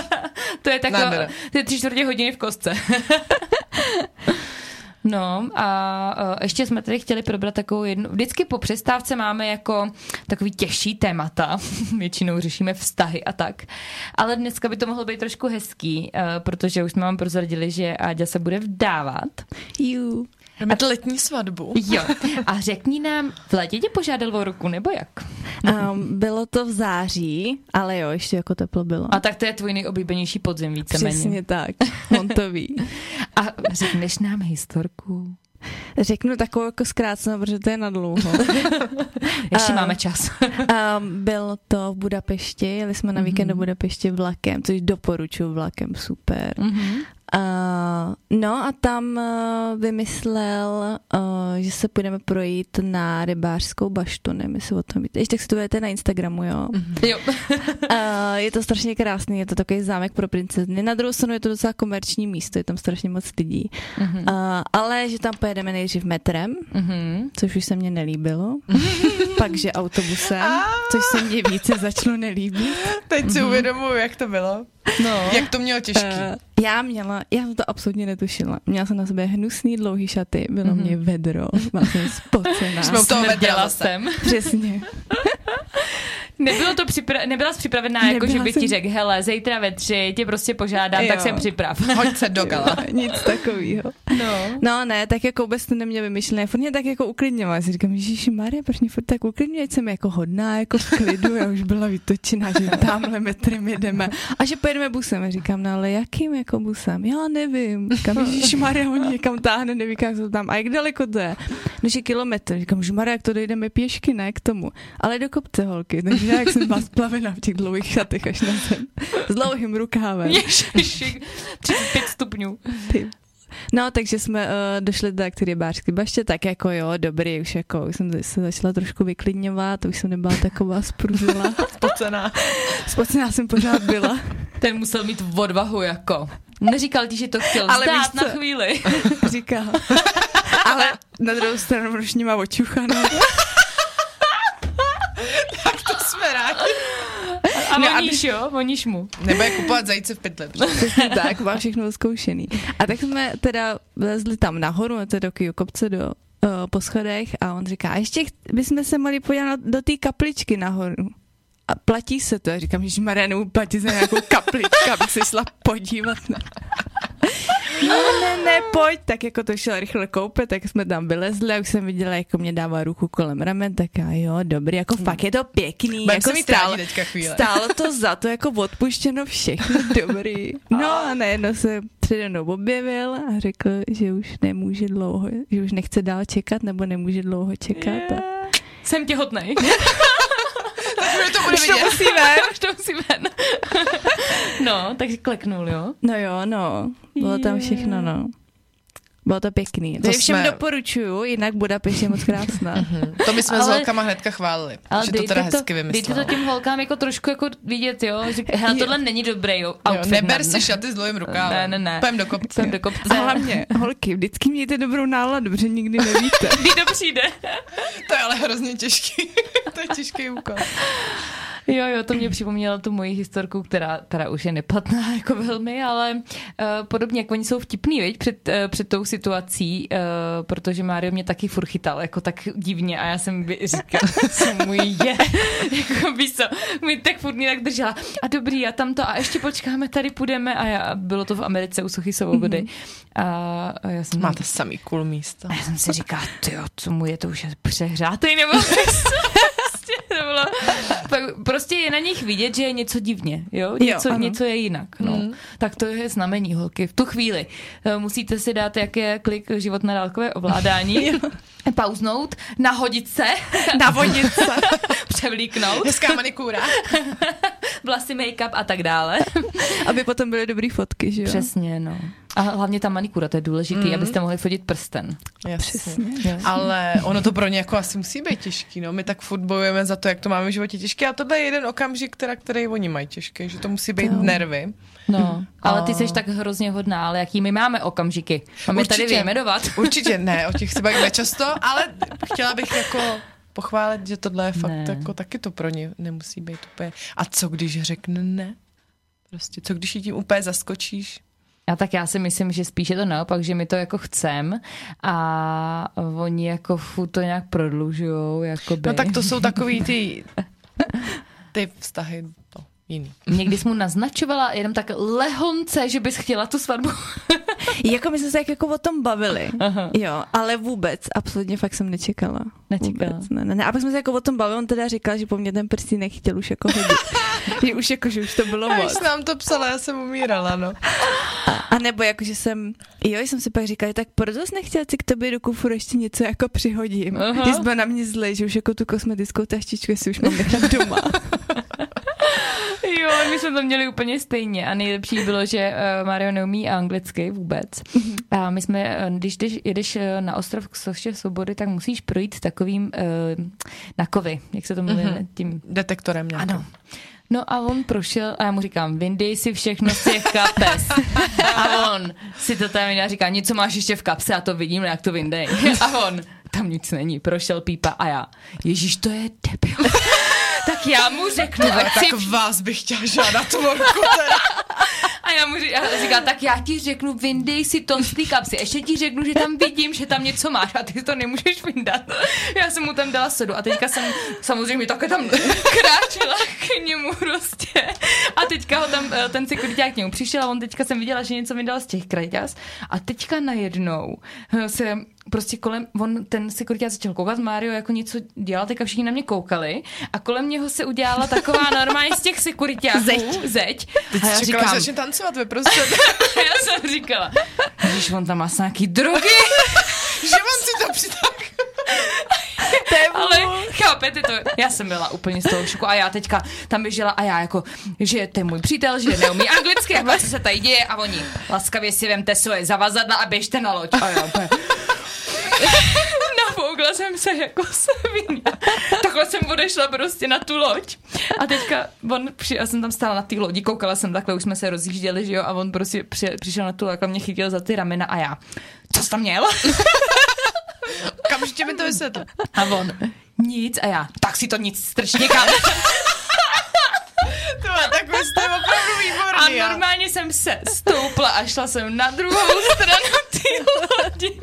Speaker 3: to je takové,
Speaker 2: Nádhera.
Speaker 3: to je tři čtvrtě hodiny v kostce. No a uh, ještě jsme tady chtěli probrat takovou jednu, vždycky po přestávce máme jako takový těžší témata, většinou řešíme vztahy a tak, ale dneska by to mohlo být trošku hezký, uh, protože už jsme vám prozradili, že Áďa se bude vdávat.
Speaker 4: Jú.
Speaker 2: Jdeme na letní svatbu.
Speaker 3: Jo, a řekni nám, v létě tě požádal o ruku, nebo jak?
Speaker 4: Um, bylo to v září, ale jo, ještě jako teplo bylo.
Speaker 3: A tak to je tvůj nejoblíbenější podzim víceméně.
Speaker 4: Přesně tak, on to ví.
Speaker 3: A řekneš nám historku.
Speaker 4: Řeknu takovou jako zkrácenou, protože to je na dlouho.
Speaker 3: Ještě
Speaker 4: A-
Speaker 3: máme čas.
Speaker 4: Um, bylo to v Budapešti, jeli jsme na víkend do Budapešti vlakem, což doporučuji vlakem, super.
Speaker 3: Mhm.
Speaker 4: Uh, no a tam uh, vymyslel, uh, že se půjdeme projít na rybářskou baštu, nevím, jestli o tom víte. Ještě tak si to budete na Instagramu, jo.
Speaker 3: Jo.
Speaker 4: Uh, je to strašně krásný, je to takový zámek pro princezny. Na druhou stranu je to docela komerční místo, je tam strašně moc lidí.
Speaker 3: Mhm.
Speaker 4: Uh, ale že tam pojedeme nejdřív metrem,
Speaker 3: Mhm.
Speaker 4: což už se mně nelíbilo. Pak, že autobusem, což se mně více začalo nelíbit.
Speaker 2: Teď si uvědomuji, jak to bylo.
Speaker 3: Mhm. No.
Speaker 2: Jak to mělo těžký.
Speaker 4: Eh, já měla, já jsem to absolutně netušila. Měla jsem na sobě hnusný dlouhý šaty, bylo
Speaker 3: Mhm.
Speaker 4: mě vedro, byla jsem spocená.
Speaker 2: Jsme u toho vedla
Speaker 3: Smrděla
Speaker 2: zase.
Speaker 3: jsem.
Speaker 4: Přesně.
Speaker 3: Nebylo to připra- nebyla jsi připravená, jako
Speaker 4: Nebyla
Speaker 3: že by
Speaker 4: jsem.
Speaker 3: ti řekl, hele, zítra ve tři tě prostě požádám, jo. tak
Speaker 4: Jo.
Speaker 3: jsem připrav.
Speaker 2: Hoď se do gala.
Speaker 4: Nic takového.
Speaker 3: No.
Speaker 4: No ne, tak jako vůbec to neměl vymyšlené. Furt mě tak jako uklidňovala. Já Si říkám, Ježíši Maria, proč mě furt tak uklidňuje, ať jsem jako hodná, jako v klidu, já už byla vytočená, že tamhle metrem jedeme. A že pojedeme busem. Já říkám, no ale jakým jako busem? Já nevím. Říkám, Ježíši Maria, on někam táhne, neví, jak to tam. A jak daleko to je? No, že kilometr. Říkám, že Maria, jak to dojdeme pěšky, ne k tomu. Ale do kopce holky. Takže já, jak jsem byla splavená v těch dlouhých šatech až na zem. S dlouhým rukávem.
Speaker 3: Ježiši, 35 stupňů.
Speaker 4: Ty. No, takže jsme uh, došli teda k ty rybářské baště, tak jako jo, dobrý, už jako už jsem se začala trošku vyklidňovat, už jsem nebyla taková spruzila.
Speaker 2: Spocená.
Speaker 4: Spocená jsem pořád byla.
Speaker 3: Ten musel mít odvahu jako. Neříkal ti, že to chtěl
Speaker 4: Ale
Speaker 3: Ale
Speaker 4: víš
Speaker 3: zdát na
Speaker 4: co?
Speaker 3: chvíli.
Speaker 4: Říká. Ale na druhou stranu už má očuchanou.
Speaker 2: To jsme rádi.
Speaker 3: A
Speaker 4: Ne,
Speaker 3: voníš, jo? Voníš mu.
Speaker 2: Nebo je kupovat zajíce v pytli.
Speaker 4: Přesně tak, mám všechno zkoušený. A tak jsme teda lezli tam nahoru, na to do Kyjo kopce do uh, po schodech a on říká, a ještě ch- bychom se mohli podívat na- do té kapličky nahoru. A platí se to. Já říkám, že Marianu platí za nějakou kapličku, abych se šla podívat na ne, ne, ne, pojď, tak jako to šel rychle koupit, tak jsme tam vylezli a už jsem viděla, jako mě dává ruku kolem ramen, tak já jo, dobrý, jako fakt je to pěkný,
Speaker 2: Budem
Speaker 4: jako
Speaker 2: se mít
Speaker 4: stále,
Speaker 2: rádi teďka chvíle.
Speaker 4: stálo to za to, jako odpuštěno všechno, dobrý. No a najednou se přede mnou objevil a řekl, že už nemůže dlouho, že už nechce dál čekat, nebo nemůže dlouho čekat. A...
Speaker 3: Jsem těhotnej.
Speaker 2: Už to bude
Speaker 4: Už to
Speaker 2: vidět.
Speaker 4: musí ven.
Speaker 3: Už to musím ven. No, tak kleknul, jo?
Speaker 4: No jo, no, bylo tam všechno, no. Bylo to pěkný. To Mhm. všem
Speaker 2: jsme-
Speaker 4: doporučuju, jinak Budapešť je moc krásná.
Speaker 2: To my jsme ale, s
Speaker 3: Ale-
Speaker 2: holkama hnedka chválili, že to
Speaker 3: dejte
Speaker 2: teda hezky
Speaker 3: Dejte
Speaker 2: vymyslelo.
Speaker 3: to těm holkám jako trošku jako vidět, jo? Že, hele, tohle není dobrý jo,
Speaker 2: Jo,
Speaker 3: outfit na
Speaker 2: neber
Speaker 3: dne.
Speaker 2: si šaty s dlouhým rukávem.
Speaker 3: Ne, ne, ne.
Speaker 2: Pojďme do kopce.
Speaker 3: Jsem do kopce.
Speaker 4: A hlavně, holky, vždycky mějte dobrou náladu, protože nikdy nevíte.
Speaker 3: Kdy to přijde?
Speaker 2: To je ale hrozně těžký. to je těžký úkol.
Speaker 3: Jo, jo, to mě připomnělo tu moji historku, která teda už je neplatná jako velmi, ale uh, podobně jako oni jsou vtipný, viď, před, uh, před tou situací, uh, protože Mário mě taky furt chytal, jako tak divně a já jsem by říkala, co můj je, jako víš co, mi tak furt mě tak držela a dobrý a tamto a ještě počkáme, tady půjdeme a já, a bylo to v Americe u Suchy Svobody a, a já jsem...
Speaker 2: Máte samý cool místa.
Speaker 3: A já jsem si říkala, ty co mu je to už je přehrátej, nebo prostě to bylo. Pak prostě je na nich vidět, že je něco divně, jo?
Speaker 4: Jo,
Speaker 3: Něco,
Speaker 4: ano.
Speaker 3: něco je jinak, no. Mm. Tak to je znamení, holky. V tu chvíli eh, musíte si dát, jak je klik život na dálkové ovládání, pauznout, nahodit se,
Speaker 4: Navodit se.
Speaker 3: převlíknout,
Speaker 2: Hezká manikúra.
Speaker 3: vlasy, make-up a tak dále.
Speaker 4: Aby potom byly dobrý fotky, že jo?
Speaker 3: Přesně, no. A hlavně ta manikura, to je důležitý, mm. abyste mohli fotit prsten.
Speaker 4: Přesně.
Speaker 2: Ale ono to pro ně jako asi musí být těžký, no. My tak furt bojujeme za to, jak to máme v životě těžké. A tohle je jeden okamžik, teda, který oni mají těžký, že to musí být nervy.
Speaker 3: No, ale ty jsi tak hrozně hodná, ale jaký my máme okamžiky? A my tady
Speaker 2: Určitě.
Speaker 3: vyjmenovat.
Speaker 2: Určitě ne, o těch se bavíme často, ale chtěla bych jako pochválit, že tohle je fakt
Speaker 3: Ne.
Speaker 2: jako taky to pro ně nemusí být úplně. A co když řekne ne? Prostě, co když jí tím úplně zaskočíš?
Speaker 3: A tak já si myslím, že spíše to naopak, že my to jako chcem a oni jako furt to nějak prodlužujou, jakoby.
Speaker 2: No tak to jsou takový ty, ty vztahy to jiný.
Speaker 3: Někdy jsi mu naznačovala jenom tak lehonce, že bys chtěla tu svatbu.
Speaker 4: Jako my jsme se jak jako o tom bavili.
Speaker 3: Aha.
Speaker 4: Jo, ale vůbec, absolutně fakt jsem nečekala.
Speaker 3: Nečekala.
Speaker 4: Vůbec, ne, ne, ne. A pak jsme se jako o tom bavili, on teda říkal, že po mně ten prstínek chtěl už jako hodit. že už jako, že už to bylo
Speaker 2: A když
Speaker 4: moc.
Speaker 2: jsi nám to psala, já jsem umírala, no.
Speaker 4: A nebo jako, že jsem, jo, jsem si pak říkala, že tak proto jsi nechtěla si k tobě do kufru ještě něco jako přihodím.
Speaker 3: Aha.
Speaker 4: Aha. Že jsi byla na mě zlej, že už jako tu kosmetickou taštičku, jestli už mám nechat doma.
Speaker 3: Jo, my jsme to měli úplně stejně a nejlepší bylo, že uh, Mario neumí anglicky vůbec. A my jsme, eh, když jdeš, jedeš eh, na ostrov k Soše Svobody, tak musíš projít takovým uh, na kovy, jak se to mluví, mm-hmm. tím
Speaker 2: Detektorem nějakým.
Speaker 3: Ano. No a on prošel a já mu říkám, vyndej si všechno z těch kapes. A on si to tam já říká, něco máš ještě v kapse a to vidím, jak to vyndej. A on, tam nic není, prošel pípa a já, ježíš, to je debil. tak já mu řeknu,
Speaker 2: Ale
Speaker 3: ať si,
Speaker 2: tak vás bych chtěla žádat tu morku. teda.
Speaker 3: A já mu říkám, říká, tak já ti řeknu, vyndej si to z té kapsy. Ještě ti řeknu, že tam vidím, že tam něco máš a ty to nemůžeš vyndat. Já jsem mu tam dala sedu a teďka jsem samozřejmě také tam kráčela k němu prostě. A teďka ho tam eh, ten sekuriták k němu přišel a on teďka jsem viděla, že něco vydal z těch kraťas. A teďka najednou eh, se prostě kolem, on ten sekuriták začal koukat, Mario jako něco dělal, teďka všichni na mě koukali a kolem něho se udělala taková normálně z těch sekuritáků zeď. zeď. A já
Speaker 2: Čekala,
Speaker 3: říkám,
Speaker 2: že začne tancovat ve prostředí.
Speaker 3: a já jsem říkala, že on tam má asi nějaký drogy,
Speaker 2: že on si to přitáhl.
Speaker 3: ale chápete to. Já jsem byla úplně z toho v šoku a já teďka tam běžela a já jako, že to je můj přítel, že neumí anglicky, jako co se tady děje a oni laskavě si vemte svoje zavazadla a běžte na loď. A já úplně... Nafoukla jsem se jako svině. Takhle jsem odešla prostě na tu loď. A teďka on při, já jsem tam stála na té lodi, koukala jsem takhle, už jsme se rozjížděli, že jo, a on prostě při, přišel na tu loď a mě chytil za ty ramena a já, co jsi tam měl?
Speaker 2: Kamžitě mi to vysvětl.
Speaker 3: A on, nic. A já, tak si to nic strč někam.
Speaker 2: To má takový jste opravdu
Speaker 3: A
Speaker 2: výborný. já.
Speaker 3: normálně jsem se stoupla a šla jsem na druhou stranu té lodi.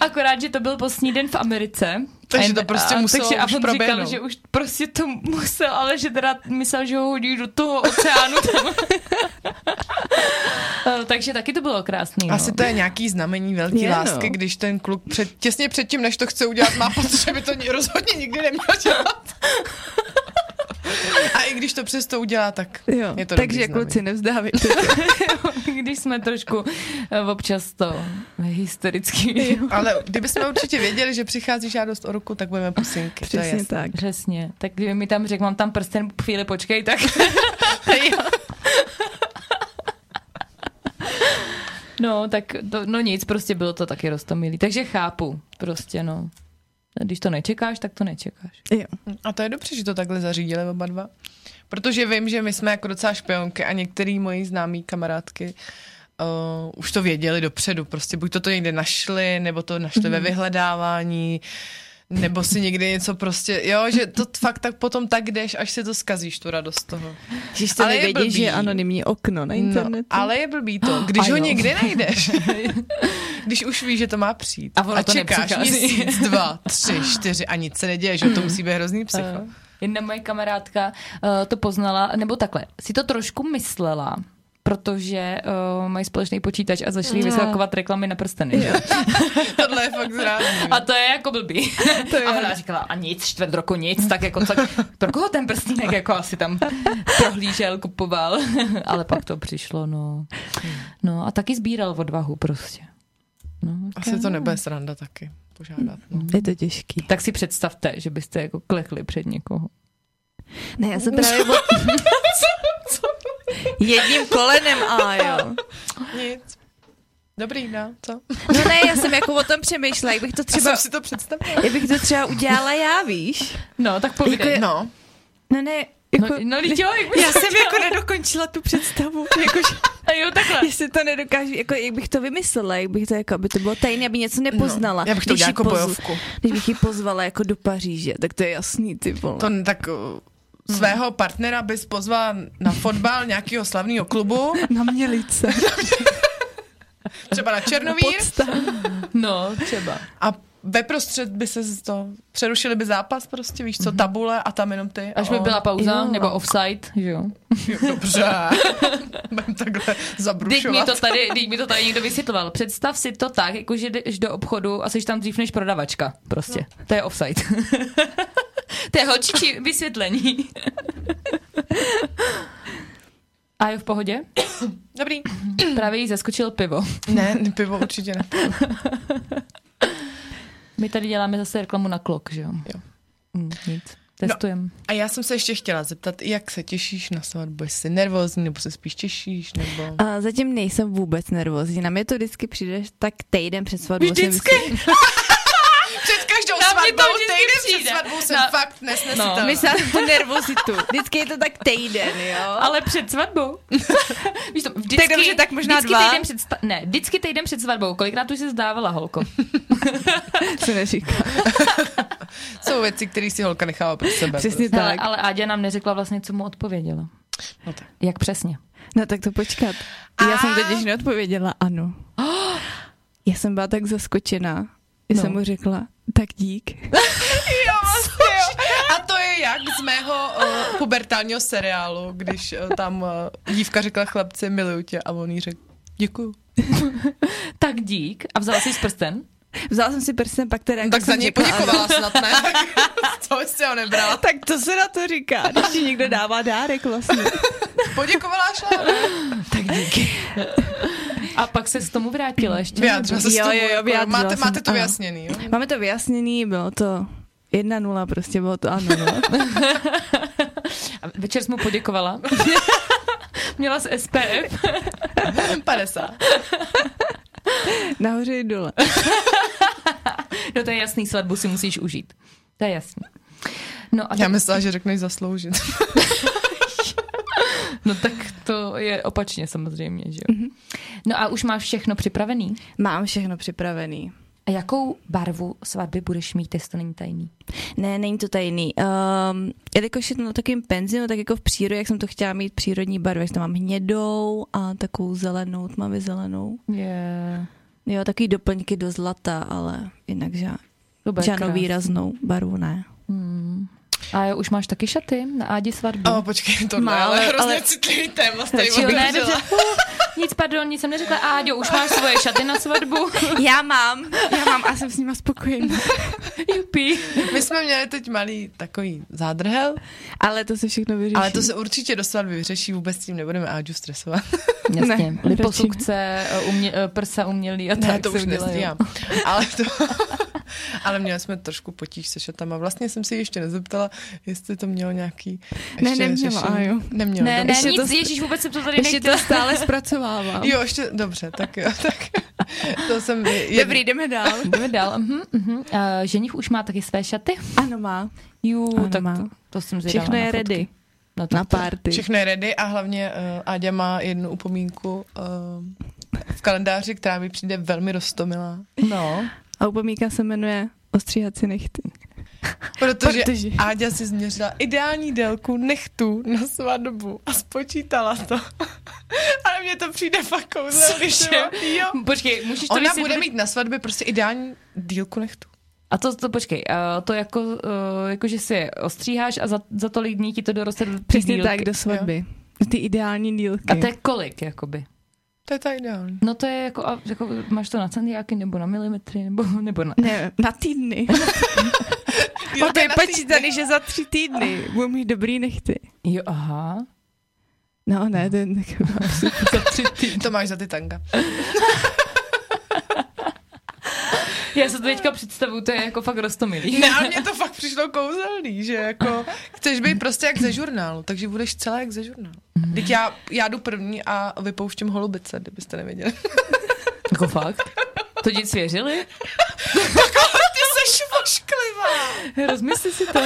Speaker 3: Akorát, že to byl postní den v Americe.
Speaker 2: Takže
Speaker 3: A-
Speaker 2: to prostě
Speaker 3: a,
Speaker 2: muselo
Speaker 3: takže, a
Speaker 2: už
Speaker 3: on říkal,
Speaker 2: proběhnout.
Speaker 3: že už prostě to musel, ale že teda myslel, že ho hodí do toho oceánu. Tam. Eh, takže taky to bylo krásný.
Speaker 2: Asi
Speaker 3: no.
Speaker 2: to je nějaký znamení velký
Speaker 4: Je, no.
Speaker 2: lásky, když ten kluk před, těsně před tím, než to chce udělat, má pocit, že by to ni- rozhodně nikdy neměl dělat. A i když to přesto udělá, tak
Speaker 4: Jo,
Speaker 2: je to dobrý
Speaker 4: takže jako
Speaker 2: znamení.
Speaker 4: kluci, nevzdávejte.
Speaker 3: Když jsme trošku eh, občas to hysterický.
Speaker 2: Ale kdybychom určitě věděli, že přichází žádost o ruku, tak budeme pusinky. to je
Speaker 4: Přesně
Speaker 2: jasné.
Speaker 4: tak.
Speaker 3: Přesně. Tak kdyby mi tam řekl, mám tam prsten, chvíli počkej, tak... no, tak to, no nic, prostě bylo to taky roztomilý. Takže chápu, prostě no. Když to nečekáš, tak to nečekáš.
Speaker 4: Jo.
Speaker 2: A to je dobře, že to takhle zařídili oba dva. Protože vím, že my jsme jako docela špionky a některý moji známí kamarádky uh, už to věděli dopředu. Prostě buď to, to někde našli, nebo to našli mm-hmm. ve vyhledávání, nebo si někdy něco prostě, jo, že to t- fakt tak potom tak jdeš, až si to skazíš, tu radost z toho.
Speaker 4: Když jste
Speaker 2: Ale je
Speaker 4: nevědí, že
Speaker 2: blbý.
Speaker 4: je anonymní okno na
Speaker 2: No,
Speaker 4: internetu.
Speaker 2: ale je blbý to, když
Speaker 3: I
Speaker 2: ho
Speaker 3: know.
Speaker 2: někdy najdeš.
Speaker 3: Eh,
Speaker 2: Když už víš, že to má přijít.
Speaker 3: A ono
Speaker 2: a
Speaker 3: to
Speaker 2: čekáš
Speaker 3: nepřichází.
Speaker 2: měsíc, dva, tři, čtyři a nic se neděje, že jo, to musí být hrozný psycho.
Speaker 3: Eh, Jedna moje kamarádka eh, to poznala, nebo takhle, si to trošku myslela, protože uh, mají společný počítač a začali vyskakovat reklamy na prsteny. že jo?
Speaker 2: Tohle je fakt zrádný.
Speaker 3: A to je jako blbý. To je. A ona říkala, a nic, čtvrt roku nic, tak jako tak, pro koho ten prstínek jako asi tam prohlížel, kupoval. Ale pak to přišlo, no. No a taky sbíral odvahu prostě. No,
Speaker 2: Asi to nebude sranda taky požádat. No.
Speaker 4: Je to těžký.
Speaker 3: Tak si představte, že byste jako klekli před někoho.
Speaker 4: Ne, já jsem právě od... Jedním kolenem a jo.
Speaker 2: Nic. Dobrý, no, co?
Speaker 4: No ne, já jsem jako o tom přemýšlela, jak bych to
Speaker 2: Třeba...
Speaker 4: třeba, Jako
Speaker 2: Jsem si to představila.
Speaker 4: jak bych to třeba udělala já, víš?
Speaker 3: No, tak povídej.
Speaker 4: Jako-
Speaker 2: No,
Speaker 4: No ne,
Speaker 3: No,
Speaker 4: jako...
Speaker 3: no Líďo, jak bys
Speaker 4: já
Speaker 3: to
Speaker 4: jsem
Speaker 3: dělala?
Speaker 4: jako nedokončila tu představu, jakože
Speaker 3: A jo, takhle.
Speaker 4: jestli to nedokážu, jako jak bych to vymyslela, jak bych to jako, aby to bylo tajné, aby něco nepoznala.
Speaker 2: já bych to
Speaker 4: Když
Speaker 2: udělala
Speaker 4: ji
Speaker 2: jako
Speaker 4: pozvu-
Speaker 2: bojovku.
Speaker 4: Když bych ji pozvala jako do Paříže, tak to je jasný, ty vole.
Speaker 2: To n- tak uh, svého partnera bys pozval na fotbal nějakého slavného klubu,
Speaker 4: na mě lice.
Speaker 2: třeba na Černovír
Speaker 3: No, třeba.
Speaker 2: a ve prostřed by se z to, přerušili by zápas prostě, víš co, tabule a tam jenom ty.
Speaker 3: Až by
Speaker 2: O,
Speaker 3: byla pauza,
Speaker 4: jo,
Speaker 3: jo,
Speaker 4: no.
Speaker 3: nebo offside, že jo.
Speaker 2: jo, Dobře. Budem takhle
Speaker 3: Teď mi,
Speaker 2: zabrušovat.
Speaker 3: to tady, teď mi to tady někdo vysvětloval. Představ si to tak, jako že jdeš do obchodu a jsi tam dřív než prodavačka. Prostě. No. To je offside. to je holčičí vysvětlení. a je v pohodě?
Speaker 2: Dobrý.
Speaker 3: Právě jí zaskočil pivo.
Speaker 2: Ne, pivo určitě ne.
Speaker 3: My tady děláme zase reklamu na klok, že jo?
Speaker 2: Jo.
Speaker 3: Mm, Nic. Testujem.
Speaker 2: A já jsem se ještě chtěla zeptat, jak se těšíš na svatbu, jsi nervózní, nebo se spíš těšíš, nebo...
Speaker 4: A zatím nejsem vůbec nervózní. Na mě to vždycky přijde tak týden před svatbou. jsem
Speaker 3: Vždycky.
Speaker 2: Před každou
Speaker 3: Na mě to
Speaker 2: svatbou,
Speaker 3: vždycky
Speaker 2: týden před
Speaker 3: přijde.
Speaker 2: svatbou jsem
Speaker 3: Na-
Speaker 2: fakt nesnesitelná.
Speaker 3: No.
Speaker 2: No.
Speaker 4: Myslím tu nervozitu. Vždycky je to tak týden, jo?
Speaker 3: Ale před svatbou. Víš to, vždycky,
Speaker 4: Tak dobře, tak možná
Speaker 3: vždycky
Speaker 4: dva.
Speaker 3: Týden před sta- ne, vždycky týden před svatbou. Kolikrát už jsi zdávala, holko?
Speaker 4: Co neříká.
Speaker 2: Jsou věci, které si holka nechává pro sebe.
Speaker 4: Přesně
Speaker 2: Prostě.
Speaker 4: tak.
Speaker 3: Hele, ale Áďa nám neřekla vlastně, co mu odpověděla.
Speaker 2: No tak.
Speaker 3: Jak přesně?
Speaker 4: No tak to počkat. Já
Speaker 2: A-
Speaker 4: jsem totiž neodpověděla ano. Já jsem byla tak zaskočená, že
Speaker 3: No.
Speaker 4: jsem mu řekla, tak dík.
Speaker 2: Jo, vlastně, jo. A to je jak z mého uh, pubertálního seriálu, když uh, tam uh, dívka řekla chlapci, miluju tě, a on jí řekl, děkuju.
Speaker 3: Tak dík. A vzala jsi z prsten?
Speaker 4: Vzala jsem si prsten, pak teda...
Speaker 2: No,
Speaker 4: jako
Speaker 2: tak za
Speaker 4: jsem
Speaker 2: něj
Speaker 4: řekla ano.
Speaker 2: poděkovala snad, ne? Co jsi ho nebrala?
Speaker 4: Tak to se na to říká, když ti někdo dává dárek vlastně.
Speaker 2: Poděkovala a šla?
Speaker 3: A pak se k tomu vrátila ještě.
Speaker 2: Vyjádřila se s
Speaker 4: Jo,
Speaker 2: tomu,
Speaker 4: jo, jo,
Speaker 2: jako,
Speaker 4: vyjádřila
Speaker 2: máte,
Speaker 4: jsem
Speaker 2: máte
Speaker 4: to,
Speaker 2: to
Speaker 4: ano.
Speaker 2: vyjasněný, jo?
Speaker 4: Máme to vyjasněný, bylo to 1-0 prostě, bylo to ano. No.
Speaker 3: A večer jsi mu poděkovala. Měla z SPF.
Speaker 2: 50.
Speaker 4: Nahoře i dole.
Speaker 3: No to je jasný, svatbu si musíš užít. To je jasný. No, a
Speaker 2: Já
Speaker 3: tak,
Speaker 2: myslela, že řekneš zasloužit.
Speaker 3: no tak to je opačně samozřejmě, že jo. No a už máš všechno připravený.
Speaker 4: Mám všechno připravený.
Speaker 3: A jakou barvu svatby budeš mít, jestli to není tajný?
Speaker 4: Ne, není to tajný. Um, jelikož je to na takovém penzionu, tak jako v přírodě, jak jsem to chtěla mít přírodní barvy, takže tam mám hnědou a takovou zelenou, tmavě zelenou.
Speaker 3: Je...
Speaker 4: Jo, takový doplňky do zlata, ale jinak ža-
Speaker 3: To bude
Speaker 4: žádnou
Speaker 3: krás.
Speaker 4: výraznou barvu ne.
Speaker 3: A jo, už máš taky šaty na Ádi svatbu.
Speaker 2: O, počkej, tohle je
Speaker 4: Málo,
Speaker 2: No, ale hrozně
Speaker 4: ale-
Speaker 2: citlivý téma. tady
Speaker 3: Jo, ne,
Speaker 2: otevřela.
Speaker 3: dobře. Fu, Nic, pardon, nic jsem neřekla. Áďo, už máš svoje šaty na svatbu.
Speaker 4: Já mám, já mám a jsem s nima spokojená.
Speaker 3: Jupi.
Speaker 2: My jsme měli teď malý takový zádrhel,
Speaker 4: Ale to se všechno vyřeší.
Speaker 2: ale to se určitě do svatby vyřeší, vůbec s tím nebudeme Áďu stresovat.
Speaker 3: Jasně,
Speaker 4: Ne,
Speaker 3: liposukce, eh, umě, prsa umělý a tak
Speaker 2: Ne, to
Speaker 3: se
Speaker 2: už
Speaker 3: udělají.
Speaker 2: nestíhám. Ale, to, ale měli jsme trošku potíž se šatama. Vlastně jsem si ještě nezeptala, jestli to mělo nějaký ještě
Speaker 4: Ne, nemělo,
Speaker 2: řešení.
Speaker 4: a jo.
Speaker 2: Nemělo,
Speaker 3: Ne, ne,
Speaker 2: dobře.
Speaker 4: Ještě
Speaker 3: nic,
Speaker 4: to-
Speaker 3: ježíš, vůbec jsem to tady
Speaker 4: ještě
Speaker 3: nechtěla.
Speaker 4: to stále zpracovávám.
Speaker 2: Jo, ještě, dobře, tak jo, tak to jsem... Je,
Speaker 4: Dobrý, jdeme dál.
Speaker 3: Jdeme dál. Uh-huh, uh-huh. Uh, ženich už má taky své šaty.
Speaker 4: Ano, má.
Speaker 3: Jú,
Speaker 4: Ano,
Speaker 3: tak
Speaker 4: má.
Speaker 3: to, to jsem zvědala
Speaker 4: Všechno
Speaker 3: na
Speaker 4: je
Speaker 3: fotky.
Speaker 4: ready.
Speaker 3: No, tak
Speaker 4: Na
Speaker 3: to-
Speaker 4: party.
Speaker 2: Všechno je ready a hlavně uh, Áďa má jednu upomínku uh, v kalendáři, která mi přijde velmi roztomilá.
Speaker 3: No,
Speaker 4: A upomínka se jmenuje Ostříhat si nechty.
Speaker 2: Protože,
Speaker 4: Protože-
Speaker 2: Protože Áďa si změřila ideální délku nechtů na svatbu a spočítala to. Ale mně to přijde fakt kouzelně.
Speaker 3: Cože?
Speaker 2: Jo.
Speaker 3: počkej, můžeš to
Speaker 2: Ona
Speaker 3: vysvětlit?
Speaker 2: bude mít na svatbě prostě ideální dílku nechtů.
Speaker 3: A to, to počkej, uh, to jako, uh, jako, že si je ostříháš a za, za tolik dní ti to doroste do té
Speaker 4: Přesně
Speaker 3: dílky.
Speaker 4: tak, do svatby. Ty ideální dílky.
Speaker 3: A to je kolik, jakoby?
Speaker 2: To je ta ideální.
Speaker 3: No to je jako, a, jako máš to na centiáky nebo na milimetry, nebo, nebo na...
Speaker 4: Ne, na týdny.
Speaker 2: Jo,
Speaker 4: No to je
Speaker 2: na
Speaker 4: počítaný, že za tři týdny budu mít dobrý nechty.
Speaker 3: Jo, aha.
Speaker 4: No ne, to je takový absurd.
Speaker 3: Za tři týdny.
Speaker 2: týdny. To máš za ty tanga.
Speaker 3: Já se to teďka představuju, to je jako fakt roztomilý.
Speaker 2: Ne, a mně to fakt přišlo kouzelný, že jako chceš být prostě jak ze žurnálu, takže budeš celá jak ze žurnálu. Teď já, já jdu první a vypouštím holubice, kdybyste nevěděli.
Speaker 3: Jako fakt? To ti svěřili?
Speaker 2: Ty jsi vošklivá.
Speaker 3: Rozmysli si to.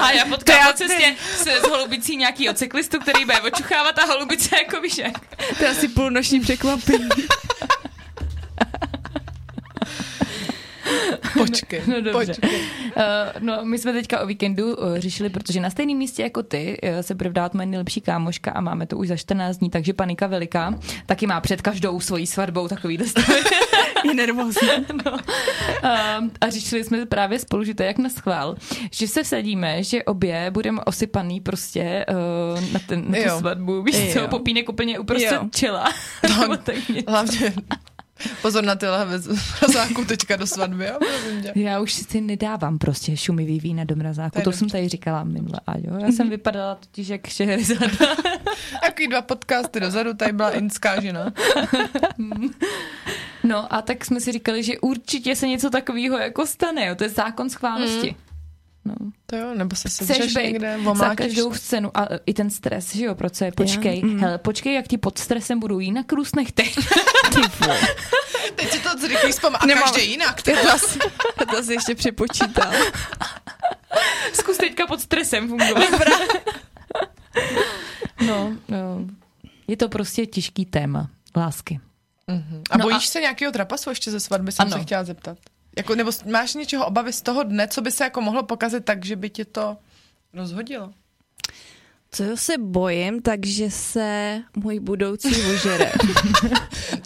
Speaker 3: A já potkám po cestě se, s holubicí nějaký cyklistu, který bude očuchávat a holubice jako víš jak.
Speaker 4: To je asi půlnoční překvapení.
Speaker 2: Počkej,
Speaker 3: No, dobře.
Speaker 2: počkej.
Speaker 3: Uh, no, my jsme teďka o víkendu uh, řešili, protože na stejném místě jako ty uh, se bude vdát moje nejlepší kámoška a máme to už za 14 dní, takže panika veliká. Taky má před každou svojí svatbou takovýhle stav.
Speaker 4: Je nervózní.
Speaker 3: Um, a řešili jsme právě spolu, že to je jak na schvál, že se vsadíme, že obě budeme osypaný prostě uh, na, ten, na tu
Speaker 2: Jo. No.
Speaker 3: svatbu, víš co,
Speaker 4: Jo.
Speaker 3: popínek úplně uprostřed
Speaker 4: Jo.
Speaker 3: čela. Nebo tak ně-
Speaker 2: Hlavně pozor na ty lahve z mrazáku teďka do svatby, jo, prosím tě.
Speaker 3: já už si nedávám prostě šumivý vína do mrazáku,
Speaker 2: To je
Speaker 3: to
Speaker 2: dobře.
Speaker 3: jsem tady říkala minule, a jo, já jsem vypadala totiž jak šeherizada.
Speaker 2: Takový dva podcasty dozadu, tady byla inská žena.
Speaker 3: No a tak jsme si říkali, že určitě se něco takového jako stane, jo, to je zákon schválnosti.
Speaker 2: Mhm.
Speaker 3: No.
Speaker 2: To jo, nebo se
Speaker 3: chceš
Speaker 2: sedřeš
Speaker 3: být
Speaker 2: někde,
Speaker 3: za
Speaker 2: omlátíš.
Speaker 3: každou cenu a e, i ten stres, že jo, Mhm. proč je, počkej,
Speaker 4: mm.
Speaker 3: hele, počkej, jak ti pod stresem budou jinak růsnech teď.
Speaker 2: Teď si to zrychlí vzpom a
Speaker 4: Nemám-
Speaker 2: každý jinak. Ty.
Speaker 4: Já to asi, já to asi ještě přepočítal.
Speaker 3: Zkus teďka pod stresem fungovat. no, no, je to prostě těžký téma lásky.
Speaker 2: Mm-hmm. A
Speaker 3: No
Speaker 2: bojíš
Speaker 3: a-
Speaker 2: se nějakého trapasu ještě ze svatby, jsem
Speaker 3: Ano.
Speaker 2: se chtěla zeptat. Jako, nebo s- máš něčeho obavy z toho dne, co by se jako mohlo pokazit tak, že by ti to rozhodilo?
Speaker 4: Co se bojím, takže se můj budoucí ožere.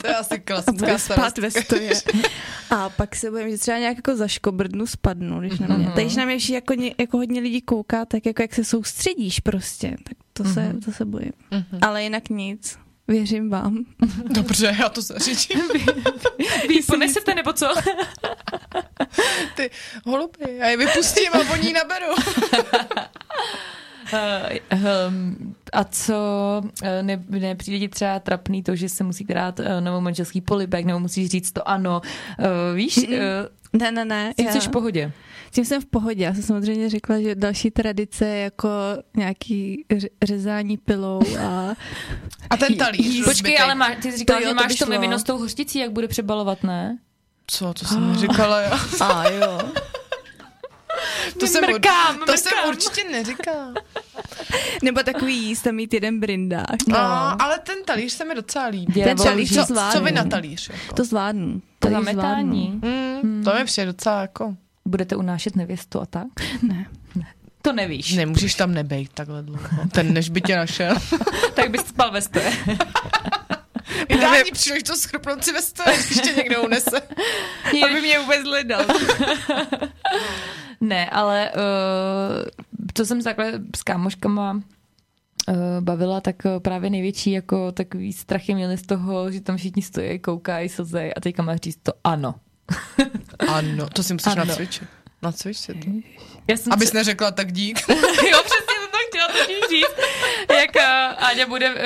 Speaker 2: To je asi
Speaker 4: A bude
Speaker 2: klasická starost.
Speaker 4: spát ve stoje. A pak se bojím, že třeba nějak jako zaškobrdnu, spadnu, když na mě. Mm-hmm. Takže na mě ještě jako, ně- jako hodně lidí kouká, tak jako jak se soustředíš prostě, tak to se, mm-hmm. to se bojím. Mm-hmm. Ale jinak nic. Věřím vám.
Speaker 2: Dobře, já to zařídím.
Speaker 3: Vy ponesete nebo co?
Speaker 2: Ty holuby, já je vypustím a po ní naberu.
Speaker 3: Eh, hm, a co eh, ne, nepřijde ti třeba trapný to, že se musí dát eh, novou manželský polibek, nebo musíš říct to ano. Eh, Víš,
Speaker 4: Mm-mm.
Speaker 3: eh,
Speaker 4: Ne, ne, ne.
Speaker 3: s tím
Speaker 4: já-
Speaker 3: jsi v pohodě.
Speaker 4: s tím jsem v pohodě. Já jsem samozřejmě řekla, že další tradice je jako nějaký ř- řezání pilou a
Speaker 2: A ten talíř.
Speaker 4: Jí-
Speaker 2: rozbitej.
Speaker 3: Počkej, ale má, ty jsi říkala,
Speaker 4: To jo,
Speaker 3: že
Speaker 4: to by
Speaker 3: máš to
Speaker 4: šlo.
Speaker 3: mimino s tou hořticí, jak bude přebalovat, ne?
Speaker 2: Co, to jsem neříkala já.
Speaker 4: A jo.
Speaker 2: To jsem, ur-
Speaker 3: mrkám,
Speaker 2: to
Speaker 3: mrkám.
Speaker 2: jsem určitě neříkala.
Speaker 4: Nebo takový jíst a mít jeden brindák.
Speaker 2: No. A, ale ten talíř se mi docela líbí.
Speaker 3: Dělá
Speaker 4: Ten čalíš,
Speaker 3: bohužel.
Speaker 4: to
Speaker 2: Co, co
Speaker 4: zvládnu.
Speaker 2: vy na talíř? Jako?
Speaker 4: To zvládnu.
Speaker 3: To
Speaker 4: již
Speaker 3: zametání.
Speaker 4: zvládnu.
Speaker 2: Mm, to mi přijde docela jako...
Speaker 3: Budete unášet nevěstu a tak?
Speaker 4: Ne.
Speaker 3: To nevíš.
Speaker 2: Nemůžeš tam nebejt takhle dlouho. Ten než by tě našel.
Speaker 3: tak bys spal ve stoje.
Speaker 2: Ideální příležitost schrupnout si ve stoje, když tě někdo unese.
Speaker 3: Aby mě vůbec hledal. ne, ale uh, to jsem se takhle s kámoškama eh, bavila, tak eh, právě největší jako takový strachy měli z toho, že tam všichni stojí, koukají, slzejí a teďka máš říct to ano.
Speaker 2: Ano, to si musíš
Speaker 3: Ano.
Speaker 2: nacvičit. Nacvič si to.
Speaker 3: Já jsem
Speaker 2: Abys neřekla tak dík.
Speaker 3: jo, přesně jsem to chtěla totiž říct, jak uh, Áďa bude uh,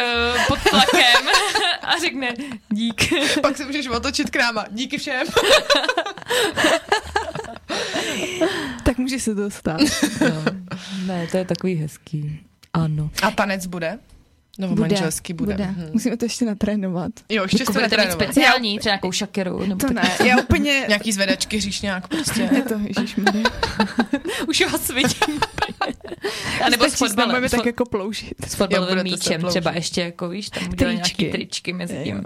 Speaker 3: pod tlakem a řekne dík.
Speaker 2: Pak se můžeš otočit k nám a díky všem.
Speaker 4: Tak může se to stát.
Speaker 3: No, ne, to je takový hezký. Ano.
Speaker 2: A tanec bude? Nebo
Speaker 4: Bude,
Speaker 2: manželský bude.
Speaker 4: bude.
Speaker 2: Mhm.
Speaker 4: Musíme to ještě natrénovat.
Speaker 2: Jo, ještě jste
Speaker 3: Budete mít
Speaker 2: netrénoval.
Speaker 3: speciální, třeba nějakou šakeru. Nebo
Speaker 4: To
Speaker 3: tak-
Speaker 4: ne, já úplně...
Speaker 2: Nějaký zvedačky hříšňák prostě.
Speaker 4: Je to, ježišmarja.
Speaker 3: Už vás vidím. A nebo s
Speaker 4: Stačí, že
Speaker 3: fotbalem.
Speaker 4: budeme
Speaker 3: S,
Speaker 4: tak
Speaker 3: fo-
Speaker 4: jako ploužit.
Speaker 3: s fotbalovým
Speaker 2: Jo, budete se
Speaker 3: míčem
Speaker 2: ploužit.
Speaker 3: třeba ještě, jako víš, tam udělali nějaký
Speaker 4: Tričky.
Speaker 3: tričky mezi tím.
Speaker 4: Jo.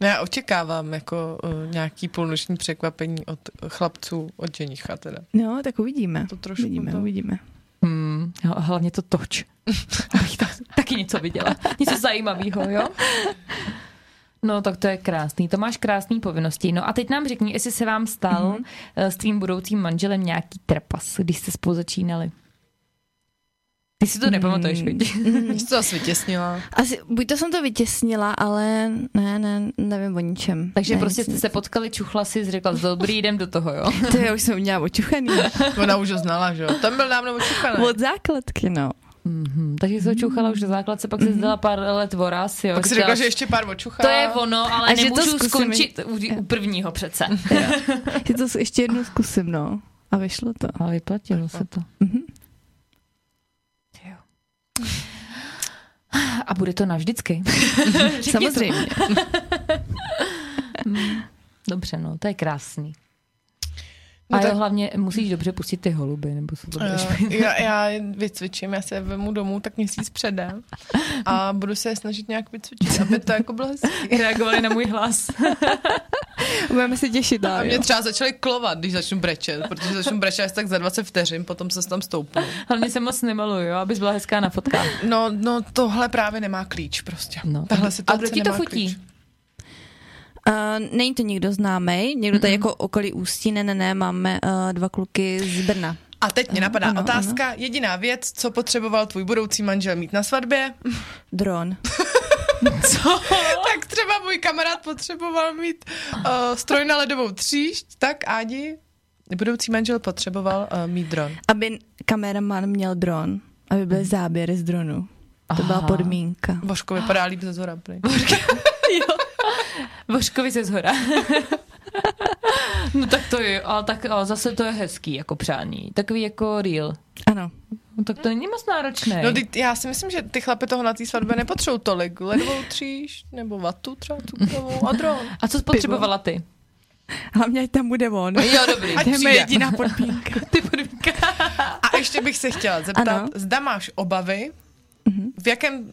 Speaker 2: No já očekávám jako uh, nějaký půlnoční překvapení od chlapců, od ženicha teda.
Speaker 4: No, tak uvidíme.
Speaker 2: To trošku
Speaker 4: Uvidíme,
Speaker 2: to...
Speaker 4: uvidíme.
Speaker 3: Hmm, jo, a hlavně to toč. Abych tam taky něco viděla. Něco zajímavého, jo? No, tak to je krásný. To máš krásný povinnosti. No a teď nám řekni, jestli se vám stal mm-hmm. s tvým budoucím manželem nějaký trpas, když jste spolu začínali. Ty si to nepamatuješ,
Speaker 4: Mm.
Speaker 3: vidíš?
Speaker 2: Jsi to zase vytěsnila.
Speaker 4: Asi, buď to jsem to vytěsnila, ale ne, ne, nevím o ničem.
Speaker 3: Takže
Speaker 4: ne,
Speaker 3: prostě
Speaker 4: nic,
Speaker 3: jste se potkali, čuchla si, řekla, dobrý, jdem do toho, jo?
Speaker 4: nic. To já už jsem měla očuchaný.
Speaker 2: Ona už ho znala, že jo? Tam byl dávno očuchaný.
Speaker 4: Od základky, no.
Speaker 3: Mm-hmm. Takže se očuchala už do základce, pak se zdala pár let voraz, jo.
Speaker 2: Pak si řekla, že ještě pár očuchá.
Speaker 3: To je ono, ale
Speaker 4: A že to
Speaker 3: nemůžu
Speaker 4: zkusíme.
Speaker 3: skončit u, u prvního přece.
Speaker 4: Že to s- ještě jednou zkusím, no. A vyšlo to.
Speaker 3: Ale vyplatilo se to.
Speaker 4: Mhm.
Speaker 3: A bude to navždycky. Řekni
Speaker 4: Samozřejmě.
Speaker 3: to. Mm. Dobře, no, to je krásný. No
Speaker 2: No
Speaker 3: a
Speaker 2: tak-
Speaker 3: tak... hlavně musíš dobře pustit ty holuby, nebo se to budeš...
Speaker 2: Eh, já, já je vycvičím, já se je vemu domů, tak měsíc předám a budu se je snažit nějak vycvičit, aby to jako bylo hezký.
Speaker 3: Reagovali na můj hlas.
Speaker 4: Budeme se těšit
Speaker 2: A
Speaker 4: dál,
Speaker 2: mě
Speaker 4: jo.
Speaker 2: třeba začaly klovat, když začnu brečet, protože začnu brečet až tak za 20 vteřin, potom se tam stoupnu.
Speaker 3: Hlavně se moc nemaluju, jo, abys byla hezká na fotkách.
Speaker 2: No, no tohle právě nemá klíč prostě.
Speaker 3: No.
Speaker 2: No, Tahle
Speaker 3: A
Speaker 2: situace
Speaker 3: kdo ti to
Speaker 2: nemá
Speaker 3: fotí?
Speaker 2: Klíč.
Speaker 4: Uh, není to nikdo známý, někdo tady jako okolí Ústí, ne, ne, ne, máme uh, dva kluky z Brna.
Speaker 2: A teď mě napadá
Speaker 4: ano,
Speaker 2: ano, otázka, ano. jediná věc, co potřeboval tvůj budoucí manžel mít na svatbě,
Speaker 4: Dron.
Speaker 2: tak třeba můj kamarád potřeboval mít uh, stroj na ledovou tříšť, tak Ádi, budoucí manžel potřeboval uh, mít dron.
Speaker 4: Aby kameraman měl dron, aby byly záběry z dronu. To byla
Speaker 3: Aha.
Speaker 4: podmínka.
Speaker 2: Božko vypadá líp ze zhora, prý.
Speaker 3: Voškovi se zhora. no tak to je, ale tak ale zase to je hezký jako přání. Takový jako real.
Speaker 4: Ano.
Speaker 3: No tak to není moc náročné.
Speaker 2: No, teď já si myslím, že ty chlapy toho na té svatbě nepotřebují tolik. Ledovou tříš, nebo vatu třeba cukrovou a dron.
Speaker 3: A co spotřebovala ty?
Speaker 4: Hlavně, ať tam bude on.
Speaker 3: Jo, dobrý.
Speaker 2: Ať
Speaker 4: To je moje
Speaker 2: přijde.
Speaker 4: jediná podmínka.
Speaker 3: Ty podmínka.
Speaker 2: A ještě bych se chtěla zeptat,
Speaker 4: Ano. Mhm.
Speaker 2: ano. zda máš obavy, v jakém,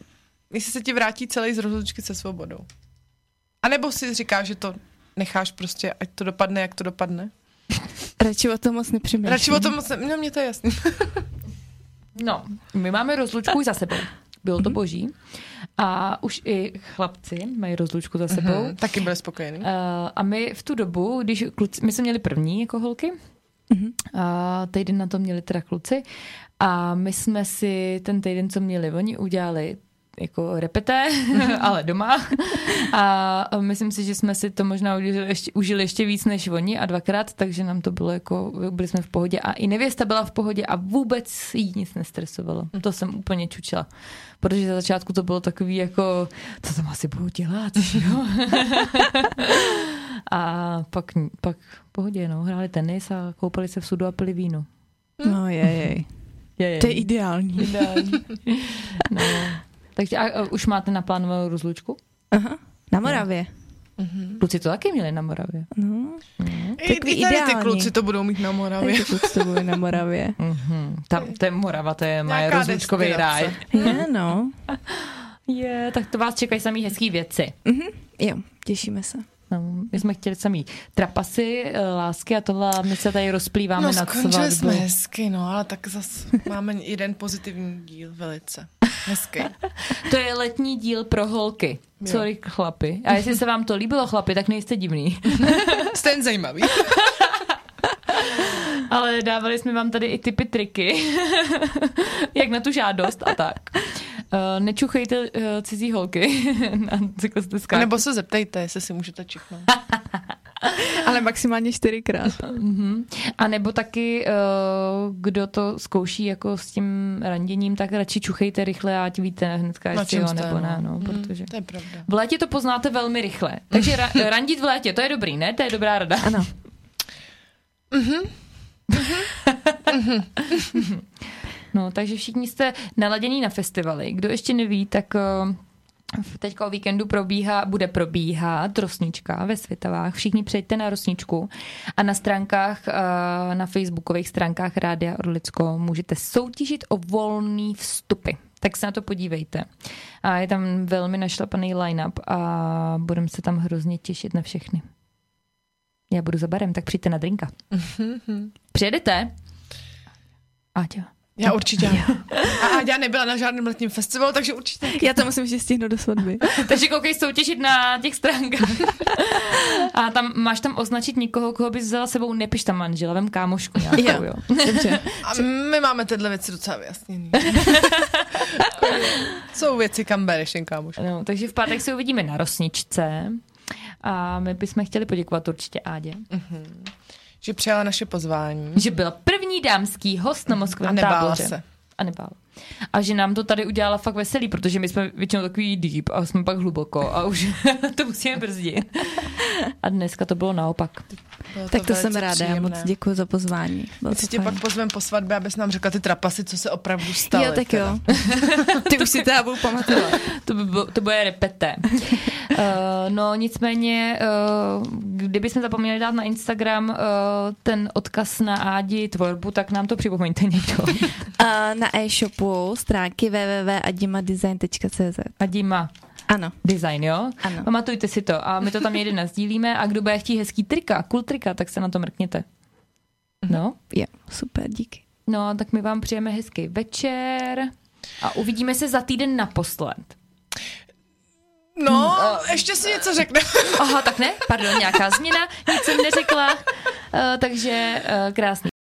Speaker 2: jestli se ti vrátí celý z rozlučky se svobodou. A nebo si říkáš, že to necháš prostě, ať to dopadne, jak to dopadne.
Speaker 4: Mhm. Radši o tom moc nepřemýšlím.
Speaker 2: Radši o tom moc, ne- no mě to je jasný.
Speaker 3: No, my máme rozlučku už za sebou. bylo to boží. A už i chlapci mají rozlučku za sebou.
Speaker 4: Mhm.
Speaker 2: Hm, taky byli spokojení.
Speaker 3: Uh, a my v tu dobu, když kluci, my jsme měli první jako holky, mm-hmm. a týden na to měli teda kluci a my jsme si ten týden, co měli oni, udělali jako repete, ale doma. A myslím si, že jsme si to možná užili ještě, užili ještě víc než oni a dvakrát, takže nám to bylo jako, byli jsme v pohodě a i nevěsta byla v pohodě a vůbec jí nic nestresovalo. To jsem úplně čučila. Protože za začátku to bylo takový jako, co tam asi budu dělat, že jo? a pak, pak v pohodě, no, hráli tenis a koupali se v sudu a pili víno.
Speaker 4: No jej.
Speaker 3: Je, je.
Speaker 4: To je ideální.
Speaker 3: no. Takže a, a už máte naplánovanou rozlučku?
Speaker 4: Aha. Na Moravě.
Speaker 2: Mm.
Speaker 3: Kluci to taky měli na Moravě.
Speaker 4: No.
Speaker 2: I,
Speaker 4: Mhm. takový
Speaker 2: I tady ty
Speaker 4: ideální.
Speaker 2: kluci to budou mít na Moravě.
Speaker 4: Takže to s tebou je na Moravě.
Speaker 3: Mm-hmm. Tam, to je Morava, to je moje
Speaker 2: Nějaká
Speaker 3: rozlučkový
Speaker 2: destinace.
Speaker 3: ráj.
Speaker 4: Je, no.
Speaker 3: Je, tak to vás čekají samý hezký věci.
Speaker 4: Jo, těšíme se.
Speaker 3: No, my jsme chtěli samý trapasy, eh, lásky a tohle, a my se tady rozplýváme
Speaker 2: No
Speaker 3: nad
Speaker 2: skončili
Speaker 3: svatbu.
Speaker 2: jsme hezky, no ale tak zase máme jeden pozitivní díl velice. Hezky.
Speaker 3: To je letní díl pro holky.
Speaker 2: Jo.
Speaker 3: Sorry, chlapy. A jestli se vám to líbilo, chlapy, tak nejste divný.
Speaker 2: Jste jen zajímavý.
Speaker 3: Ale dávali jsme vám tady i typy, triky, jak na tu žádost a tak. Eh, Nečuchejte eh, cizí holky na cyklostezkách.
Speaker 2: Nebo se zeptejte, jestli si můžete čichnout.
Speaker 4: Ale maximálně čtyřikrát.
Speaker 3: Mhm. A nebo taky, eh, kdo to zkouší jako s tím randěním, tak radši čuchejte rychle, ať víte hnedka,
Speaker 2: Na
Speaker 3: jestli
Speaker 2: čem
Speaker 3: jo
Speaker 2: jste,
Speaker 3: nebo
Speaker 2: no.
Speaker 3: ne. No, protože...
Speaker 2: To je pravda.
Speaker 3: V létě to poznáte velmi rychle. Takže ra- randit v létě, to je dobrý, ne? To je dobrá rada.
Speaker 4: Ano.
Speaker 3: No, takže všichni jste naladění na festivaly. Kdo ještě neví, tak eh, v- teďka o víkendu probíhá, bude probíhat Rosnička ve Světavách. Všichni přejďte na Rosničku a na stránkách, eh, na facebookových stránkách Rádia Orlicko můžete soutěžit o volný vstupy. Tak se na to podívejte. A je tam velmi našlapaný line-up a budeme se tam hrozně těšit na všechny. Já budu za barem, tak přijďte na drinka. Přijedete? Aťa.
Speaker 2: Já určitě. A já nebyla na žádném letním festivalu, takže určitě.
Speaker 4: Já to musím ještě stihnout do svatby.
Speaker 3: Takže koukej soutěžit na těch stránkách. A tam máš tam označit někoho, koho bys vzala sebou, nepiš tam manžela, vem kámošku nějakou, jo.
Speaker 4: Dobře.
Speaker 2: A my máme tyhle věci docela vyjasněný. Jsou věci, kam bereš jen kámoš.
Speaker 3: No, takže v pátek se uvidíme na Rosničce. A my bychom chtěli poděkovat určitě Ádě,
Speaker 2: Mhm. Že přijala naše pozvání.
Speaker 3: že byl první dámský host na Moskvě
Speaker 2: A nebála
Speaker 3: táboře.
Speaker 2: se.
Speaker 3: A nebála. A že nám to tady udělala fakt veselý, protože my jsme většinou takový deep a jsme pak hluboko a už to musíme brzdit. A dneska to bylo naopak.
Speaker 2: Bylo
Speaker 4: Tak to
Speaker 2: velice
Speaker 4: jsem ráda, já moc
Speaker 2: příjemné.
Speaker 4: děkuji za pozvání. Bylo
Speaker 2: My
Speaker 4: to
Speaker 2: si tě
Speaker 4: fajn.
Speaker 2: pak pozvem po svatbě, abys nám řekla ty trapasy, co se opravdu staly.
Speaker 4: jo, tak
Speaker 2: teda.
Speaker 4: jo. Ty už si teda budu pamatovat.
Speaker 3: To, by, bylo- to bude repete. Uh, no nicméně, uh, kdyby jsme zapomněli dát na Instagram uh, ten odkaz na Ádi tvorbu, tak nám to připomeňte někdo.
Speaker 4: A na e-shopu stránky www.adimadesign.cz
Speaker 3: Adi má
Speaker 4: Ano.
Speaker 3: design, jo?
Speaker 4: Ano.
Speaker 3: Pamatujte si to a my to tam někdy nazdílíme a kdo bude chtít hezký trika, cool trika, tak se na to mrkněte. No,
Speaker 4: Jo, super, díky.
Speaker 3: no, tak my vám přejeme hezký večer a uvidíme se za týden naposled.
Speaker 2: No, ještě si něco řekne.
Speaker 3: Aha, tak ne, pardon, nějaká změna, nic jsem neřekla, uh, Eh, takže uh, krásný